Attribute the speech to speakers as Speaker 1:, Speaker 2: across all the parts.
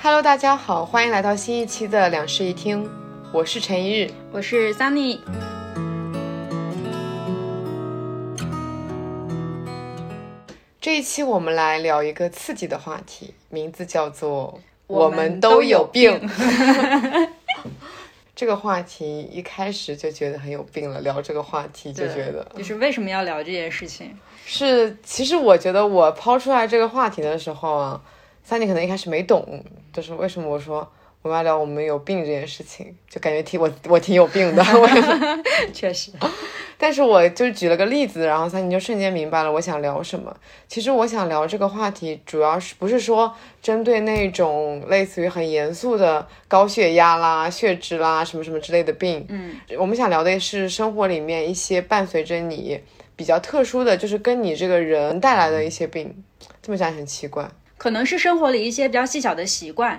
Speaker 1: Hello，大家好，欢迎来到新一期的两室一厅，我是陈一日。
Speaker 2: 我是 Sunny，
Speaker 1: 这一期我们来聊一个刺激的话题，名字叫做“
Speaker 2: 我
Speaker 1: 们
Speaker 2: 们
Speaker 1: 都
Speaker 2: 都
Speaker 1: 有
Speaker 2: 有
Speaker 1: 病
Speaker 2: 病”
Speaker 1: 这个话题一开始就觉得很有病了，聊这个话题就
Speaker 2: 对
Speaker 1: 觉得
Speaker 2: 就是为什么要聊这件事情？
Speaker 1: 是。其实我觉得我抛出来这个话题的时候啊，三弟可能一开始没懂，就是为什么我说我们要聊我们有病这件事情，就感觉挺我我挺有病的。 我
Speaker 2: 确实，
Speaker 1: 但是我就举了个例子，然后三你就瞬间明白了我想聊什么。其实我想聊这个话题，主要是不是说针对那种类似于很严肃的高血压啦、血脂啦什么什么之类的病，
Speaker 2: 嗯，
Speaker 1: 我们想聊的是生活里面一些伴随着你比较特殊的，就是跟你这个人带来的一些病。这么讲很奇怪，
Speaker 2: 可能是生活里一些比较细小的习惯，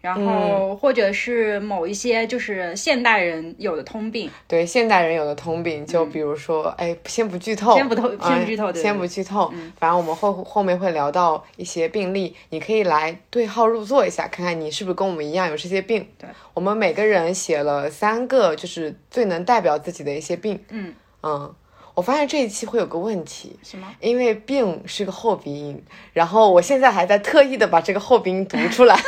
Speaker 2: 然后或者是某一些就是现代人有的通病，
Speaker 1: 对现代人有的通病，就比如说，哎，先不剧透，
Speaker 2: 嗯先不透
Speaker 1: 哎
Speaker 2: 先不剧透对嗯
Speaker 1: 先
Speaker 2: 对
Speaker 1: 不剧透。反正我们后后面会聊到一些病例，你可以来对号入座一下，看看你是不是跟我们一样有这些病。
Speaker 2: 对，
Speaker 1: 我们每个人写了三个，就是最能代表自己的一些病。
Speaker 2: 嗯
Speaker 1: 嗯，我发现这一期会有个问题，
Speaker 2: 什么？
Speaker 1: 因为病是个后鼻音，然后我现在还在特意的把这个后鼻音读出 来。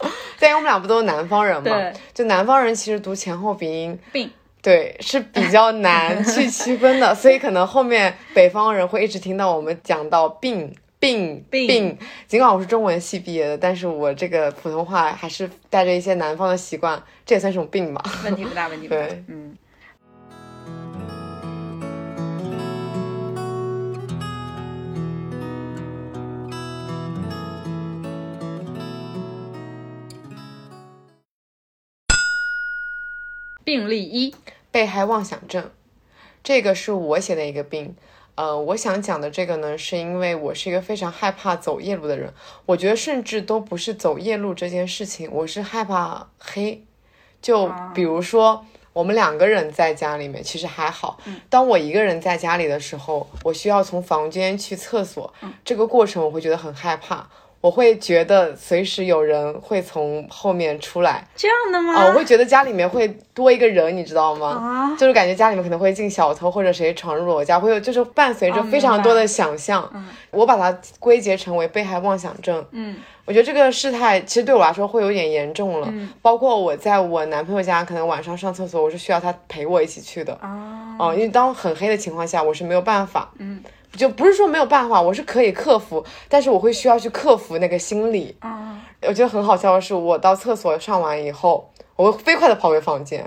Speaker 1: 但因为我们俩不都是南方人嘛
Speaker 2: 对，
Speaker 1: 就南方人其实读前后鼻音，
Speaker 2: 病
Speaker 1: 对，是比较难去区分的，所以可能后面北方人会一直听到我们讲到病。病
Speaker 2: 病
Speaker 1: 病，尽管我是中文系毕业的，但是我这个普通话还是带着一些南方的习惯，这也算是种病吧。
Speaker 2: 问题不大，问题不大
Speaker 1: 对。
Speaker 2: 嗯，病例一，
Speaker 1: 被害妄想症，这个是我写的一个病。呃，我想讲的这个呢，是因为我是一个非常害怕走夜路的人。我觉得甚至都不是走夜路这件事情，我是害怕黑。就比如说，我们两个人在家里面其实还好。当我一个人在家里的时候，我需要从房间去厕所，这个过程我会觉得很害怕。我会觉得随时有人会从后面出来，
Speaker 2: 这样的吗？啊
Speaker 1: 啊，我会觉得家里面会多一个人，你知道吗？就是感觉家里面可能会进小偷或者谁闯入了我家，会有就是伴随着
Speaker 2: 哦
Speaker 1: 非常多的想象。我把它归结成为被害妄想症。
Speaker 2: 嗯，
Speaker 1: 我觉得这个事态其实对我来说会有点严重了。
Speaker 2: 嗯
Speaker 1: 包括我在我男朋友家，可能晚上上厕所，我是需要他陪我一起去的。
Speaker 2: 啊，
Speaker 1: 哦，因为当很黑的情况下，我是没有办法。嗯。就不是说没有办法，我是可以克服，但是我会需要去克服那个心理。
Speaker 2: 啊，
Speaker 1: 我觉得很好笑的是，我到厕所上完以后，我会飞快的跑回房间。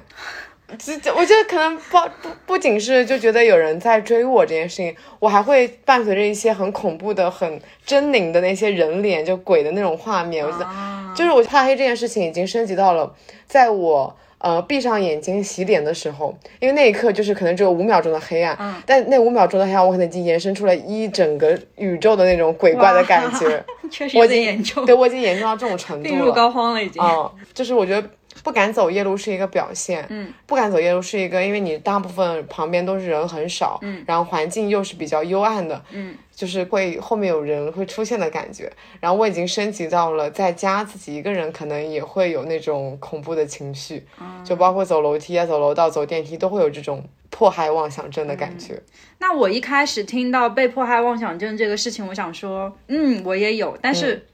Speaker 1: 这这，我觉得可能不不不仅是就觉得有人在追我这件事情，我还会伴随着一些很恐怖的、很狰狞的那些人脸，就鬼的那种画面。我觉得
Speaker 2: 啊
Speaker 1: 就是我怕黑这件事情已经升级到了，在我呃闭上眼睛洗脸的时候，因为那一刻就是可能只有五秒钟的黑暗，
Speaker 2: 嗯
Speaker 1: 但那五秒钟的黑暗，我可能已经延伸出了一整个宇宙的那种鬼怪的感觉。
Speaker 2: 确实
Speaker 1: 我
Speaker 2: 有
Speaker 1: 已经
Speaker 2: 点严重，
Speaker 1: 对我已经严重到这种程
Speaker 2: 病
Speaker 1: 度
Speaker 2: 入
Speaker 1: 了。
Speaker 2: 膏肓了已经。
Speaker 1: 嗯，就是我觉得不敢走夜路是一个表现，
Speaker 2: 嗯，
Speaker 1: 不敢走夜路是一个，因为你大部分旁边都是人很少，嗯，然后环境又是比较幽暗的，
Speaker 2: 嗯，
Speaker 1: 就是会后面有人会出现的感觉。然后我已经升级到了在家自己一个人，可能也会有那种恐怖的情绪，
Speaker 2: 哦
Speaker 1: 就包括走楼梯啊、走楼道、走电梯都会有这种迫害妄想症的感
Speaker 2: 嗯
Speaker 1: 觉。
Speaker 2: 那我一开始听到被迫害妄想症这个事情，我想说，嗯，我也有，但是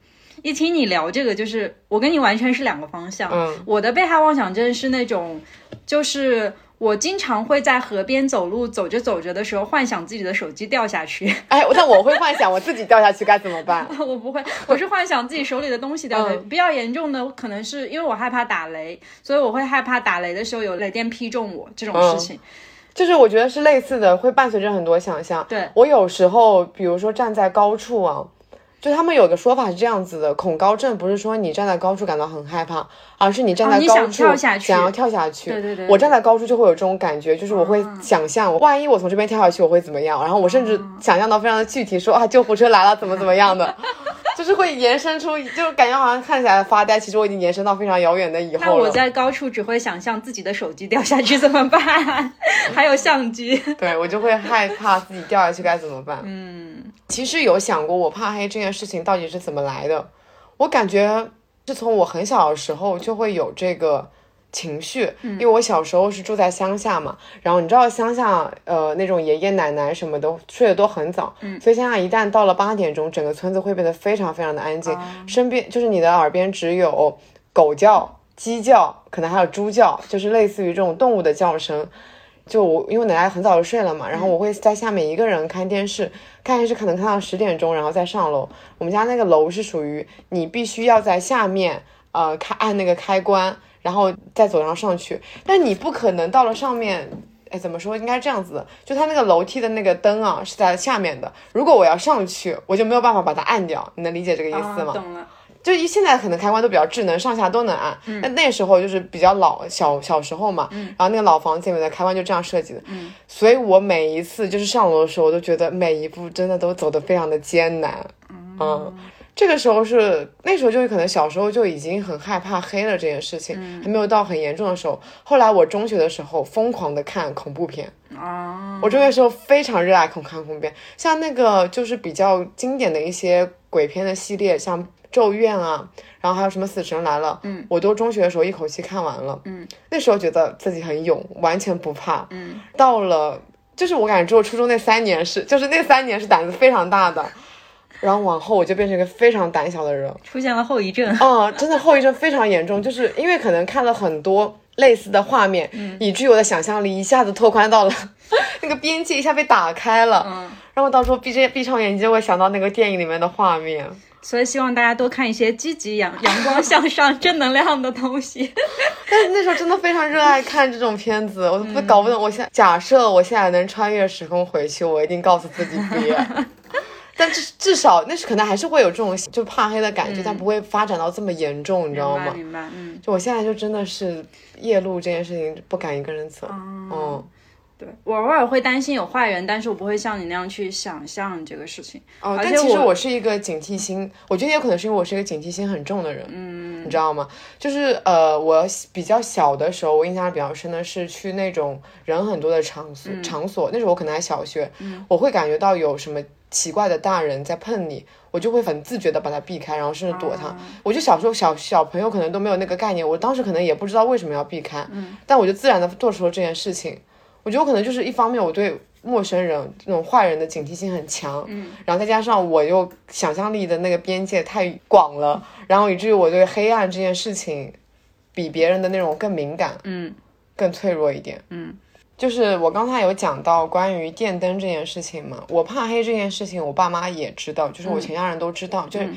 Speaker 2: 一听你聊这个，就是我跟你完全是两个方向。
Speaker 1: 嗯，
Speaker 2: 我的被害妄想症是那种，就是我经常会在河边走路，走着走着的时候，幻想自己的手机掉下去。
Speaker 1: 哎，但我会幻想我自己掉下去该怎么办？
Speaker 2: 我不会，我是幻想自己手里的东西掉的。
Speaker 1: 嗯
Speaker 2: 比较严重的可能是因为我害怕打雷，所以我会害怕打雷的时候有雷电劈中我这种
Speaker 1: 嗯
Speaker 2: 事情。
Speaker 1: 就是我觉得是类似的，会伴随着很多想象。
Speaker 2: 对
Speaker 1: 我有时候，比如说站在高处啊，就他们有个说法是这样子的：恐高症不是说你站在高处感到很害怕，而是你站在
Speaker 2: 哦你
Speaker 1: 高
Speaker 2: 想
Speaker 1: 处、
Speaker 2: 跳下去
Speaker 1: 要跳下去。
Speaker 2: 对对对啊
Speaker 1: 我站在高处就会有这种感觉，就是我会想象，万一我从这边跳下去，我会怎么样？然后我甚至想象到非常的具体，说啊，救护车来了，怎么怎么样 的。就是会延伸出，就感觉好像看起来发呆，其实我已经延伸到非常遥远的以
Speaker 2: 那
Speaker 1: 后
Speaker 2: 我
Speaker 1: 了。
Speaker 2: 在高处只会想象自己的手机掉下去怎么办？还有相机，
Speaker 1: 对我就会害怕自己掉下去该怎么办。
Speaker 2: 嗯，
Speaker 1: 其实有想过我怕黑这件事情到底是怎么来的。我感觉是从我很小的时候就会有这个情绪，因为我小时候是住在乡下嘛，然后你知道乡下呃那种爷爷奶奶什么的睡得都很早，所以乡下一旦到了八点钟，整个村子会变得非常非常的安静，身边就是你的耳边只有狗叫、鸡叫，可能还有猪叫，就是类似于这种动物的叫声。就我，因为我奶奶很早就睡了嘛，然后我会在下面一个人看电视，看电视可能看到十点钟，然后再上楼。我们家那个楼是属于你必须要在下面，呃，开按那个开关，然后再走上上去，但你不可能到了上面。哎，怎么说？应该这样子的，就它那个楼梯的那个灯啊是在下面的。如果我要上去，我就没有办法把它按掉。你能理解这个意思吗？
Speaker 2: 啊懂了。
Speaker 1: 就一现在可能开关都比较智能，上下都能按。那、那时候就是比较老小小时候嘛，然后那个老房子里面的开关就这样设计的。所以我每一次就是上楼的时候，我都觉得每一步真的都走得非常的艰难。嗯，这个时候是那时候就可能小时候就已经很害怕黑了这件事情，还没有到很严重的时候。后来我中学的时候疯狂的看恐怖片。
Speaker 2: 啊，
Speaker 1: 我中学时候非常热爱恐看恐怖片，像那个就是比较经典的一些鬼片的系列，像《咒怨》啊，然后还有什么《死神来了》，嗯，我都中学的时候一口气看完了，嗯，那时候觉得自己很勇，完全不怕，嗯，到了就是我感觉只有初中那三年是，就是那三年是胆子非常大的，然后往后我就变成一个非常胆小的人，
Speaker 2: 出现了后遗症。
Speaker 1: 嗯，真的后遗症非常严重，就是因为可能看了很多类似的画面，
Speaker 2: 嗯
Speaker 1: 以至于我的想象力一下子拓宽到了 那个边界，一下被打开了。
Speaker 2: 嗯，
Speaker 1: 然后到时候闭着闭上眼睛，我想到那个电影里面的画面。
Speaker 2: 所以希望大家多看一些积极、阳阳光向上、 正能量的东西。
Speaker 1: 但是那时候真的非常热爱看这种片子，我都不搞不懂。我现在假设我现在能穿越时空回去，我一定告诉自己别。 但至至少那是可能还是会有这种就怕黑的感觉，但不会发展到这么严重，你知道
Speaker 2: 嗯明白
Speaker 1: 吗？
Speaker 2: 明白，嗯，
Speaker 1: 就我现在就真的是夜路这件事情不敢一个人走，嗯，
Speaker 2: 对我偶尔会担心有坏人，但是我不会像你那样去想象这个事情。
Speaker 1: 哦，
Speaker 2: 而
Speaker 1: 但
Speaker 2: 且
Speaker 1: 其实
Speaker 2: 我
Speaker 1: 我是一个警惕心，我觉得也可能是因为我是一个警惕心很重的人，嗯，你知道吗？就是呃，我比较小的时候，我印象比较深的是去那种人很多的场所，
Speaker 2: 嗯
Speaker 1: 场所那时候我可能还小学，我会感觉到有什么奇怪的大人在碰你，我就会很自觉的把他避开，然后甚至躲
Speaker 2: 啊
Speaker 1: 他。我就小时候小小朋友可能都没有那个概念，我当时可能也不知道为什么要避开，
Speaker 2: 嗯
Speaker 1: 但我就自然的做出了这件事情。我觉得我可能就是一方面我对陌生人那种坏人的警惕性很强，然后再加上我又想象力的那个边界太广了，然后以至于我对黑暗这件事情比别人的那种更敏感，
Speaker 2: 嗯，
Speaker 1: 更脆弱一点，嗯。就是我刚才有讲到关于电灯这件事情嘛，我怕黑这件事情，我爸妈也知道，就是我全家人都知道，就是，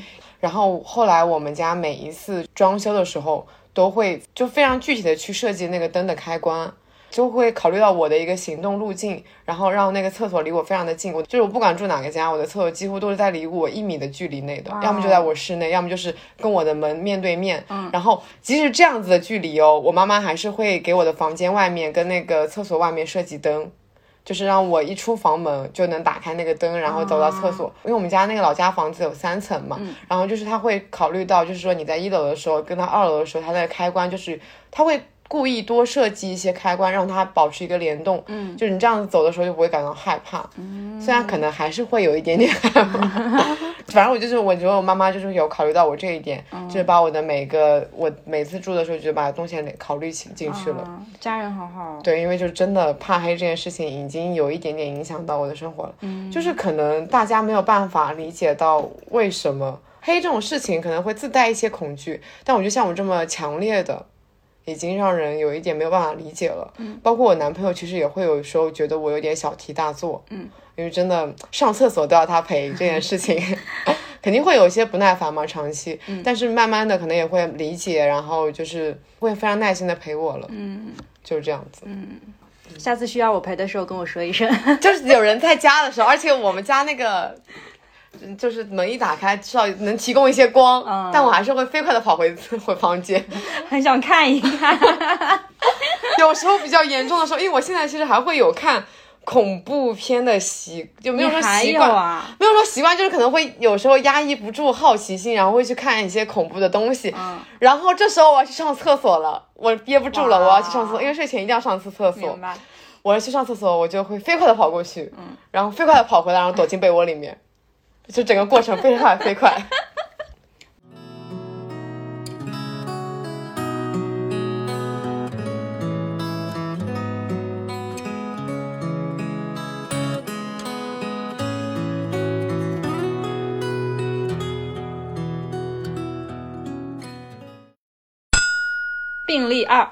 Speaker 1: 然后后来我们家每一次装修的时候，都会就非常具体的去设计那个灯的开关，就会考虑到我的一个行动路径，然后让那个厕所离我非常的近。我就是我不管住哪个家，我的厕所几乎都是在离我一米的距离内的，要么就在我室内，要么就是跟我的门面对面。然后即使这样子的距离哦，我妈妈还是会给我的房间外面跟那个厕所外面设计灯。就是让我一出房门就能打开那个灯，然后走到厕所。因为我们家那个老家房子有三层嘛，然后就是他会考虑到，就是说你在一楼的时候跟他二楼的时候，它的开关就是他会故意多设计一些开关，让它保持一个联动。嗯，就是你这样子走的时候就不会感到害怕。嗯，虽然可能还是会有一点点 害怕，反正我就是我觉得我妈妈就是有考虑到我这一点，就是把我的每个我每次住的时候就把东西考虑进进去了。
Speaker 2: 啊家人好好。
Speaker 1: 对，因为就是真的怕黑这件事情已经有一点点影响到我的生活了。嗯，就是可能大家没有办法理解到为什么黑这种事情可能会自带一些恐惧，但我觉得像我这么强烈的，已经让人有一点没有办法理解了。嗯，包括我男朋友其实也会有时候觉得我有点小题大做。嗯，因为真的上厕所都要他 陪这件事情。肯定会有一些不耐烦嘛，长期，但是慢慢的可能也会理解，然后就是会非常耐心的陪我了，嗯，就是这样子。
Speaker 2: 下次需要我陪的时候跟我说一声。
Speaker 1: 就是有人在家的时候，而且我们家那个。嗯就是门一打开，至少能提供一些光，
Speaker 2: 嗯
Speaker 1: 但我还是会飞快的跑回 回房间。
Speaker 2: 很想看一看。
Speaker 1: 有时候比较严重的时候，因为我现在其实还会有看恐怖片的习，就没有说
Speaker 2: 还
Speaker 1: 习
Speaker 2: 有
Speaker 1: 惯，
Speaker 2: 啊？
Speaker 1: 没有说习惯，就是可能会有时候压抑不住好奇心，然后会去看一些恐怖的东西。
Speaker 2: 嗯，
Speaker 1: 然后这时候我要去上厕所了，我憋不住了，
Speaker 2: 哇
Speaker 1: 我要去上厕所，因为睡前一定要上次厕所
Speaker 2: 明。白。
Speaker 1: 我要去上厕所，我就会飞快的跑过去，
Speaker 2: 嗯
Speaker 1: 然后飞快的跑回来，然后躲进被窝里 面，就整个过程飞快飞快。
Speaker 2: 病例二，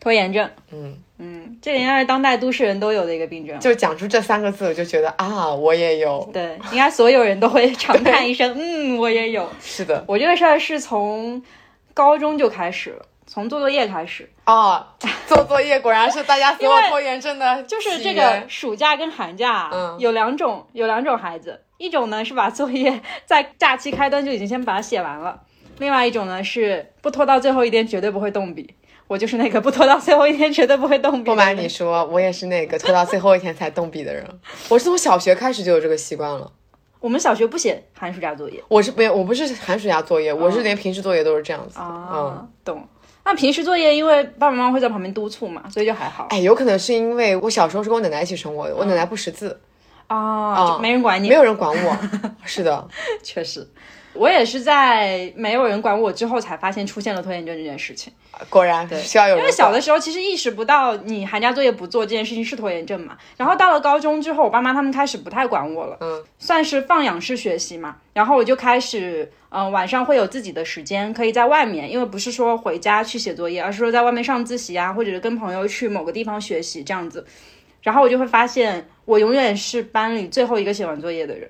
Speaker 2: 拖延症。
Speaker 1: 嗯
Speaker 2: 嗯，这应该是当代都市人都有的一个病症。
Speaker 1: 就讲出这三个字，我就觉得啊，我也有。
Speaker 2: 对，应该所有人 都会长叹一声，嗯，我也有。
Speaker 1: 是的，
Speaker 2: 我这个事儿是从高中就开始了，从做作业开始，
Speaker 1: 哦，做作业果然是大家所有拖延症的
Speaker 2: 就
Speaker 1: 就是
Speaker 2: 这个暑假跟寒假啊、
Speaker 1: 嗯
Speaker 2: 有两种，有两种孩子，一种呢是把作业 在假期开端就已经先把它写完了，另外一种呢是不拖到最后一天绝对不会动笔。我就是那个不拖到最后一天绝对不会动笔。
Speaker 1: 不瞒你，说，我也是那个拖到最后一天才动笔的人。我是从小学开始就有这个习惯了。
Speaker 2: 我们小学不写寒暑假作业
Speaker 1: 我是没有，我不是寒暑假作业，我是
Speaker 2: 嗯
Speaker 1: 连平时作业都是这样子。嗯，
Speaker 2: 啊，懂。那平时作业因为爸爸妈妈会在旁边督促嘛，所以就还好
Speaker 1: 哎，有可能是因为我小时候是跟我奶奶一起生活的，我奶奶不识字，
Speaker 2: 啊，就没人管
Speaker 1: 哦
Speaker 2: 你。
Speaker 1: 没有人管 我。是的，
Speaker 2: 确实，我也是在没有人管我之后才发现出现了拖延症这件事情。
Speaker 1: 果然需要有人管。
Speaker 2: 因为小的时候其实意识不到你寒假作业不做这件事情是拖延症嘛。然后到了高中之后，我爸妈他们开始不太管我了，
Speaker 1: 嗯，
Speaker 2: 算是放养式学习嘛。然后我就开始，嗯、晚上会有自己的时间，可以在外面，因为不是说回家去写作业，而是说在外面上自习啊，或者是跟朋友去某个地方学习这样子。然后我就会发现，我永远是班里最后一个写完作业的 人。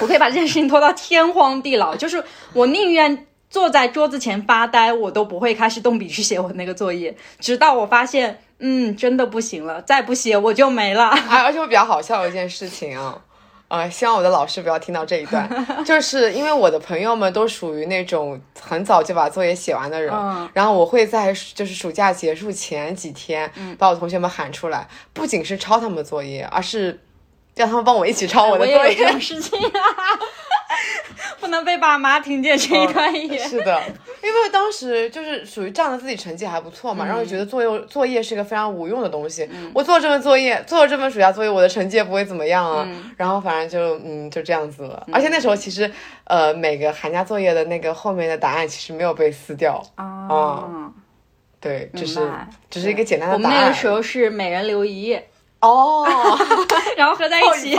Speaker 2: 我可以把这件事情拖到天荒地老，就是我宁愿坐在桌子前发呆，我都不会开始动笔去写我那个作业，直到我发现，嗯，真的不行了，再不写我就没了。
Speaker 1: 哎，而且我比较好笑的一件事情啊，呃，希望我的老师不要听到这一段， 就是因为我的朋友们都属于那种很早就把作业写完的人，
Speaker 2: 嗯
Speaker 1: 然后我会在就是暑假结束前几天，
Speaker 2: 嗯
Speaker 1: 把我同学们喊出来，不仅是抄他们作业，而是让他们帮我一起抄我的
Speaker 2: 哎也
Speaker 1: 作
Speaker 2: 有
Speaker 1: 业
Speaker 2: 这。种事情啊， 不能被爸妈听见这一段 也。
Speaker 1: 是的，因为当时就是属于仗着自己成绩还不错嘛，然后觉得
Speaker 2: 嗯
Speaker 1: 作业作业是一个非常无用的东西。我做这份作业，做了这份暑假作业，我的成绩也不会怎么样啊。然后反正就嗯就这样子了。而且那时候
Speaker 2: 嗯
Speaker 1: 其实呃每个寒假作业的那个后面的答案其实没有被撕掉，
Speaker 2: 啊，
Speaker 1: 对，只是
Speaker 2: 明白
Speaker 1: 哦只是一个简单
Speaker 2: 我
Speaker 1: 的答
Speaker 2: 们
Speaker 1: 案。
Speaker 2: 那个时候是每人留一页，哦
Speaker 1: 哦，
Speaker 2: 然后合在一 起。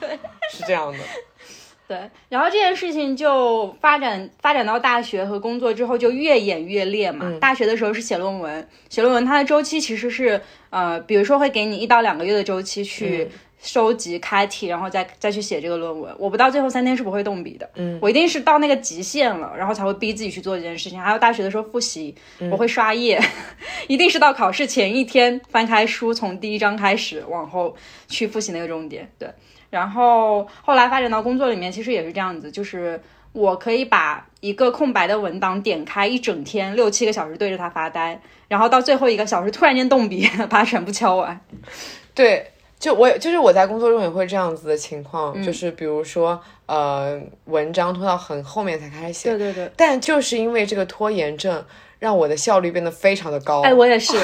Speaker 1: 对，是这样的。
Speaker 2: 对，然后这件事情就发展发展到大学和工作之后，就越演越烈嘛。大学的时候是写论文，写论文它的周期其实是呃，比如说会给你一到两个月的周期去收集开题，然后再再去写这个论文。我不到最后三天是不会动笔的，嗯，我一定是到那个极限了，然后才会逼自己去做这件事情。还有大学的时候复习，我会刷页， 一定是到考试前一天翻开书，从第一章开始往后去复习那个重点。对。然后后来发展到工作里面，其实也是这样子，就是我可以把一个空白的文档点开一整天，六七个小时对着它发呆，然后到最后一个小时突然间动笔 把它全部敲完。
Speaker 1: 对，就我也就是我在工作中也会这样子的情况，
Speaker 2: 嗯
Speaker 1: 就是比如说呃，文章拖到很后面才开始写，
Speaker 2: 对对，
Speaker 1: 但就是因为这个拖延症，让我的效率变得非常的高。
Speaker 2: 哎，我也是，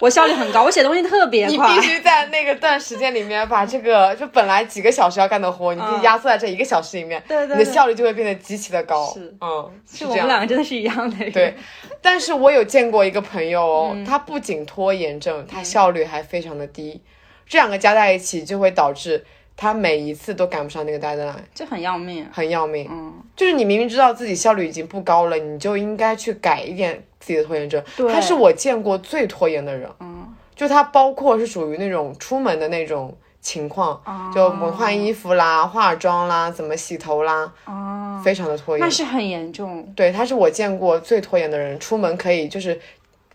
Speaker 2: 我效率很高，我写东西特别
Speaker 1: 你
Speaker 2: 快
Speaker 1: 必。须在那个段时间里面把这个就本来几个小时要干的活，你必须压缩在这一个小时里面，
Speaker 2: 嗯对对
Speaker 1: 你的
Speaker 2: 对
Speaker 1: 效率就会变得极其的高。
Speaker 2: 是，
Speaker 1: 嗯，是
Speaker 2: 就
Speaker 1: 这
Speaker 2: 我们两
Speaker 1: 样。
Speaker 2: 个真的是一样的人。
Speaker 1: 对， 但是我有见过一个朋友哦，
Speaker 2: 嗯
Speaker 1: 他不仅拖延症，他效率还非常的低，这两个加在一起就会导致他每一次都赶不上那个 deadline，
Speaker 2: 就很要命。
Speaker 1: 很要命。
Speaker 2: 嗯，
Speaker 1: 就是你明明知道自己效率已经不高了，你就应该去改一点自己的拖延症。
Speaker 2: 对
Speaker 1: 他是我见过最拖延的人。嗯，就他包括是属于那种出门的那种情况，
Speaker 2: 啊
Speaker 1: 就我们换衣服啦、化妆啦、怎么洗头啦，
Speaker 2: 哦，
Speaker 1: 非常的拖
Speaker 2: 那
Speaker 1: 延。
Speaker 2: 是很严重。
Speaker 1: 对，他是我见过最拖延的人。出门可以就是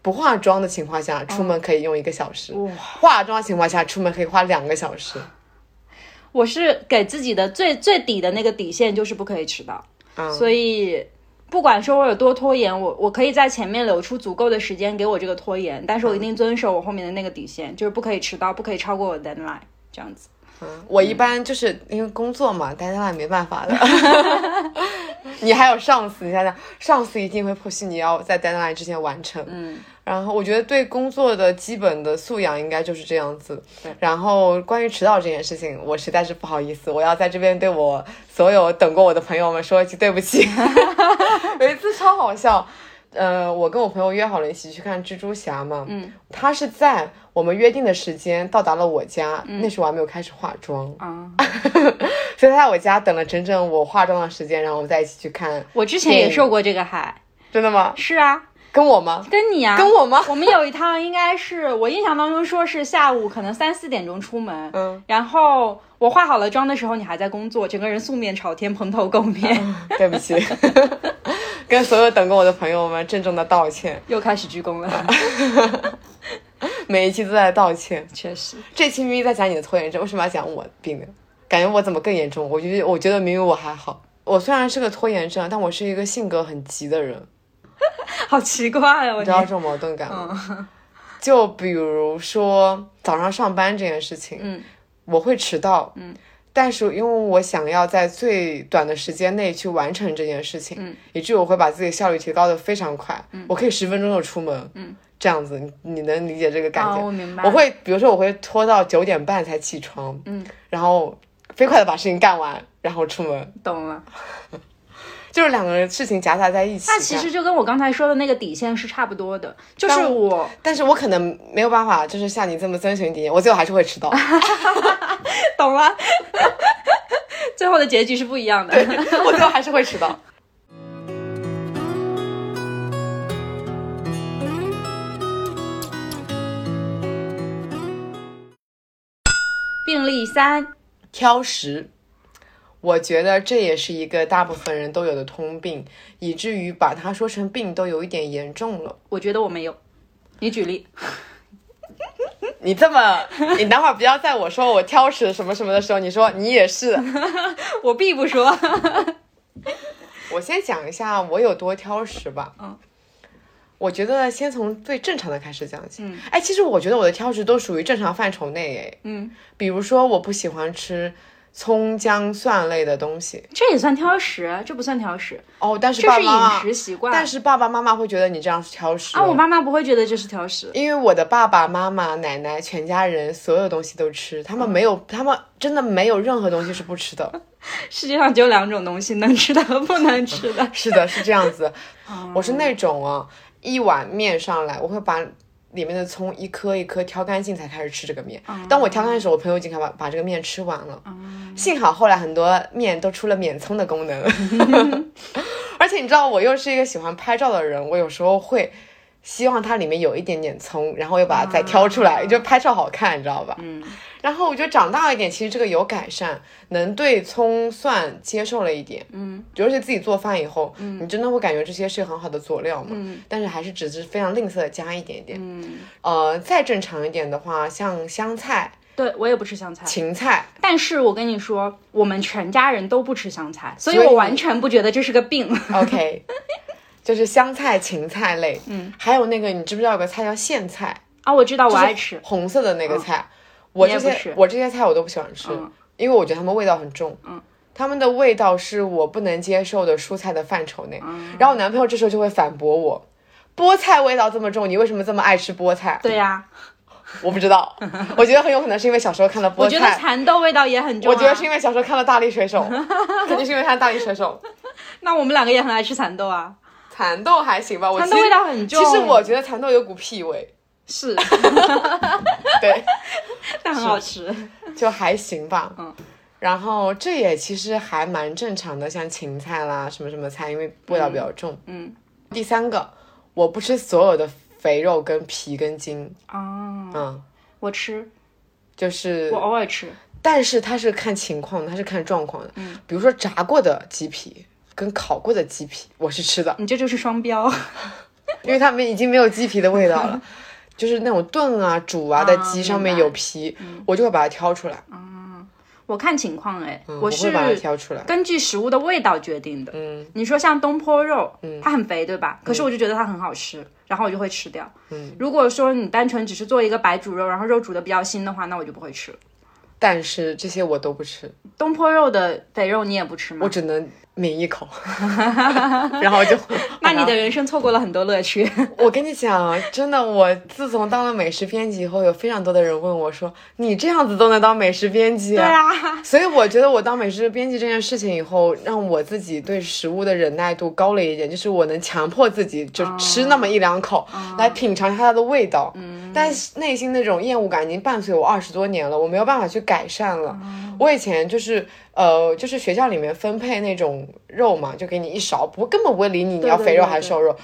Speaker 1: 不化妆的情况下，出门可以用一个小时；
Speaker 2: 嗯哇
Speaker 1: 化妆的情况下，出门可以花两个小时。
Speaker 2: 我是给自己的最最底的那个底线就是不可以迟到，
Speaker 1: 嗯
Speaker 2: 所以不管说我有多拖延，我我可以在前面留出足够的时间给我这个拖延，但是我一定遵守我后面的那个底
Speaker 1: 嗯
Speaker 2: 线，就是不可以迟到，不可以超过我的 deadline 这样子。
Speaker 1: 我一般就是因为工作嘛，待在那里没办法的。你还有上司，你想想，上司一定会迫使你要在 deadline 之前完成。嗯，然后我觉得对工作的基本的素养应该就是这样子。然后关于迟到这件事情，我实在是不好意思，我要在这边对我所有等过我的朋友们说一句对不起。有一次超好笑，呃，我跟我朋友约好了一起去看蜘蛛侠嘛，嗯，他是在我们约定的时间到达了我家，那时候我还没有开始化妆，
Speaker 2: 啊，
Speaker 1: 所以他在我家等了整整我化妆的时间，然后我们再一起去看。
Speaker 2: 我之前也受过这个害，
Speaker 1: 真的吗？
Speaker 2: 是啊，
Speaker 1: 跟我吗？
Speaker 2: 跟你啊，
Speaker 1: 跟我吗？
Speaker 2: 我们有一趟应该是我印象当中说是下午可能三四点钟出门，
Speaker 1: 嗯，
Speaker 2: 然后我化好了妆的时候你还在工作，整个人素面朝天，蓬头垢面，
Speaker 1: 对不起， 跟所有等过我的朋友们郑重的道歉，
Speaker 2: 又开始鞠躬了。
Speaker 1: 每一期都在道歉。
Speaker 2: 确实，
Speaker 1: 这期明明在讲你的拖延症，为什么要讲我病呢？感觉我怎么更严重？我觉得，我觉得明明我还好。我虽然是个拖延症，但我是一个性格很急的人，
Speaker 2: 好奇怪哦，
Speaker 1: 你
Speaker 2: 我
Speaker 1: 知道这种矛盾感吗？
Speaker 2: 嗯
Speaker 1: 就比如说早上上班这件事情，
Speaker 2: 嗯，
Speaker 1: 我会迟到，
Speaker 2: 嗯，
Speaker 1: 但是因为我想要在最短的时间内去完成这件事情，
Speaker 2: 嗯，
Speaker 1: 以至于我会把自己效率提高的非常快，嗯，我可以十分钟就出门，
Speaker 2: 嗯，
Speaker 1: 这样子，你你能理解这个感觉？
Speaker 2: 哦，我明白，
Speaker 1: 我会，比如说我会拖到九点半才起床，
Speaker 2: 嗯，
Speaker 1: 然后飞快的把事情干完，然后出门，
Speaker 2: 懂了。
Speaker 1: 就是两个事情夹杂在一起。
Speaker 2: 那其实就跟我刚才说的那个底线是差不多的，就是
Speaker 1: 当
Speaker 2: 我
Speaker 1: 但是我可能没有办法，就是像你这么遵循底线，我最后还是会迟到。
Speaker 2: 懂了， 最后的结局是不一样的。
Speaker 1: 我最后还是会迟到。
Speaker 2: 病例三，
Speaker 1: 挑食，我觉得这也是一个大部分人都有的通病，以至于把它说成病都有一点严重了。
Speaker 2: 我觉得我没有，你举例。
Speaker 1: 你这么，你等会儿不要在我说我挑食什么什么的时候，你说你也是。
Speaker 2: 我必不说。
Speaker 1: 我先讲一下我有多挑食吧。
Speaker 2: 嗯，
Speaker 1: 我觉得先从最正常的开始讲起。
Speaker 2: 嗯，
Speaker 1: 哎，其实我觉得我的挑食都属于正常范畴内诶。
Speaker 2: 嗯，
Speaker 1: 比如说我不喜欢吃葱姜蒜类的东西
Speaker 2: 这也算挑食？啊这不算挑食，
Speaker 1: 哦，但是
Speaker 2: 这
Speaker 1: 爸
Speaker 2: 是
Speaker 1: 爸妈
Speaker 2: 饮
Speaker 1: 妈，
Speaker 2: 食习惯。
Speaker 1: 但是爸爸妈妈会觉得你这样是挑食
Speaker 2: 啊，我妈妈不会觉得这是挑食。
Speaker 1: 因为我的爸爸妈妈、奶奶全家人所有东西都吃，他们
Speaker 2: 嗯
Speaker 1: 没有，他们真的没有任何东西是不吃的。
Speaker 2: 世界上只有两种东西，能吃的和不能吃的。
Speaker 1: 是的，是这样子。我是那种啊，一碗面上来，我会把里面的葱一颗一颗挑干净才开始吃这个面。当我挑干的时候，我朋友已经把把这个面吃完了。 幸好后来很多面都出了免葱的功能。 而且你知道，我又是一个喜欢拍照的人，我有时候会希望它里面有一点点葱，然后又把它再挑出来，就拍照好看，你知道吧？
Speaker 2: 嗯，
Speaker 1: 然后我觉得长大一点，其实这个有改善，能对葱蒜接受了一点。
Speaker 2: 嗯，
Speaker 1: 尤其自己做饭以后，嗯，你真的会感觉这些是很好的佐料嘛。
Speaker 2: 嗯，
Speaker 1: 但是还是只是非常吝啬的加一点点。
Speaker 2: 嗯，
Speaker 1: 呃，再正常一点的话，像香菜、
Speaker 2: 对我也不吃香菜，
Speaker 1: 芹菜，
Speaker 2: 但是我跟你说，我们全家人都不吃香菜，所以
Speaker 1: 所以
Speaker 2: 我完全不觉得这是个病。
Speaker 1: OK，就是香菜、芹菜类。
Speaker 2: 嗯，
Speaker 1: 还有那个，你知不知道有个菜叫苋菜？
Speaker 2: 啊，我知道，我爱
Speaker 1: 就是
Speaker 2: 吃。嗯
Speaker 1: 红色的那个菜。我
Speaker 2: 你
Speaker 1: 这
Speaker 2: 也不
Speaker 1: 些
Speaker 2: 吃
Speaker 1: 我这些菜我都不喜欢吃，
Speaker 2: 嗯
Speaker 1: 因为我觉得它们味道很重。
Speaker 2: 嗯。
Speaker 1: 他们的味道是我不能接受的蔬菜的范畴内，
Speaker 2: 嗯
Speaker 1: 然后我男朋友这时候就会反驳我：“菠菜味道这么重，你为什么这么爱吃菠菜？”
Speaker 2: 对呀、
Speaker 1: 我不知道，我觉得很有可能是因为小时候看了菠菜，
Speaker 2: 我觉得蚕豆味道也很重、啊。
Speaker 1: 我觉得是因为小时候看了《大力水手》，肯定是因为看《大力水手》。
Speaker 2: 那我们两个也很爱吃蚕豆啊，
Speaker 1: 蚕豆还行啊吧，我
Speaker 2: 蚕
Speaker 1: 其
Speaker 2: 豆
Speaker 1: 实
Speaker 2: 味道很重。
Speaker 1: 其实我觉得蚕豆有股屁味，
Speaker 2: 是，
Speaker 1: 对，
Speaker 2: 但很好吃。
Speaker 1: 就还行吧。
Speaker 2: 嗯。
Speaker 1: 然后这也其实还蛮正常的，像芹菜啦什么什么菜，因为味道比较重。
Speaker 2: 嗯
Speaker 1: 第三个，我不吃所有的肥肉跟皮跟筋，
Speaker 2: 啊，
Speaker 1: 嗯，
Speaker 2: 我吃，
Speaker 1: 就是
Speaker 2: 我，偶尔吃。
Speaker 1: 但是它是看情况的，它是看状况的。
Speaker 2: 嗯，
Speaker 1: 比如说炸过的鸡皮跟烤过的鸡皮，我是吃的。
Speaker 2: 你这就是双标。
Speaker 1: 因为它们已经没有鸡皮的味道 了，就是那种炖啊、煮啊的
Speaker 2: 啊
Speaker 1: 鸡
Speaker 2: 明
Speaker 1: 上面
Speaker 2: 白嗯
Speaker 1: 有皮，我就会把它挑出来，
Speaker 2: 我看情况哎，
Speaker 1: 嗯，
Speaker 2: 我
Speaker 1: 会
Speaker 2: 是
Speaker 1: 把它挑出来，
Speaker 2: 根据食物的味道决定的。
Speaker 1: 嗯，
Speaker 2: 你说像东坡肉，它很肥对吧？可是我就觉得它很好吃，然后我就会吃掉。
Speaker 1: 嗯，
Speaker 2: 如果说你单纯只是做一个白煮肉，然后肉煮的比较腥的话，那我就不会吃了。
Speaker 1: 但是这些我都不吃，
Speaker 2: 东坡肉的肥肉你也不吃吗？
Speaker 1: 我只能抿一口， 然后就
Speaker 2: 那你的人生错过了很多乐趣。
Speaker 1: 我跟你讲，真的，我自从当了美食编辑以后，有非常多的人问我说：“你这样子都能当美食编辑、
Speaker 2: 对
Speaker 1: 啊？”
Speaker 2: 啊，
Speaker 1: 所以我觉得我当美食编辑这件事情以后，让我自己对食物的忍耐度高了一点，就是我能强迫自己
Speaker 2: 哦
Speaker 1: 就吃那么一两口，来品尝一下它的味道。
Speaker 2: 嗯
Speaker 1: 但是内心那种厌恶感已经伴随我二十多年了，我没有办法去改善
Speaker 2: 哦
Speaker 1: 了。我以前就是呃，就是学校里面分配那种肉嘛，就给你一勺，不根本不会理你你要
Speaker 2: 对
Speaker 1: 肥肉
Speaker 2: 对嗯
Speaker 1: 还
Speaker 2: 对
Speaker 1: 是瘦肉。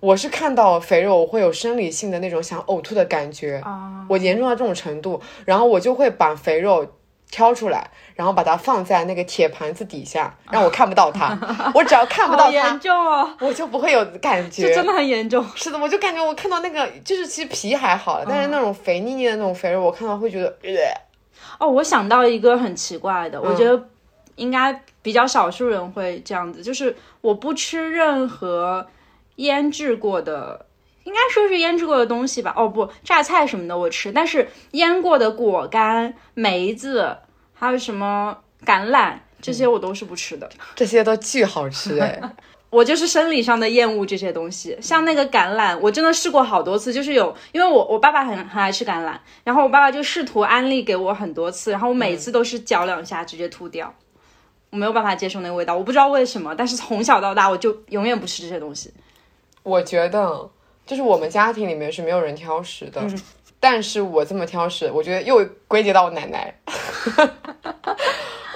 Speaker 1: 我是看到肥肉我会有生理性的那种想呕吐的感觉，
Speaker 2: 啊，
Speaker 1: 我严重到这种程度，然后我就会把肥肉挑出来，然后把它放在那个铁盘子底下，
Speaker 2: 啊
Speaker 1: 让我看不到 它。我只要看不
Speaker 2: 好
Speaker 1: 到
Speaker 2: 严
Speaker 1: 它，
Speaker 2: 重哦，
Speaker 1: 我就不会有感
Speaker 2: 这
Speaker 1: 觉。
Speaker 2: 真的嗯很严重。
Speaker 1: 是的，我就感觉我看到那个，就是其实皮还好，但是那种肥腻腻的那种肥肉，我看到会觉得，呃
Speaker 2: 哦，我想到一个很奇怪的，我觉得应该比较少数人会这样子，就是我不吃任何腌制过的。应该说是腌制过的东西吧，哦不，榨菜什么的我吃，但是腌过的果干、梅子，还有什么橄榄，这些我都是不吃的。
Speaker 1: 这些都巨好吃哎。
Speaker 2: 我就是生理上的厌恶这些东西，像那个橄榄，我真的试过好多次，就是有，因为我我爸爸很很爱吃橄榄，然后我爸爸就试图安利给我很多次，然后我每次都是嚼两下直接吐掉，我没有办法接受那个味道，我不知道为什么，但是从小到大我就永远不吃这些东西。
Speaker 1: 我觉得，就是我们家庭里面是没有人挑食的，但是我这么挑食，我觉得又归结到我奶奶。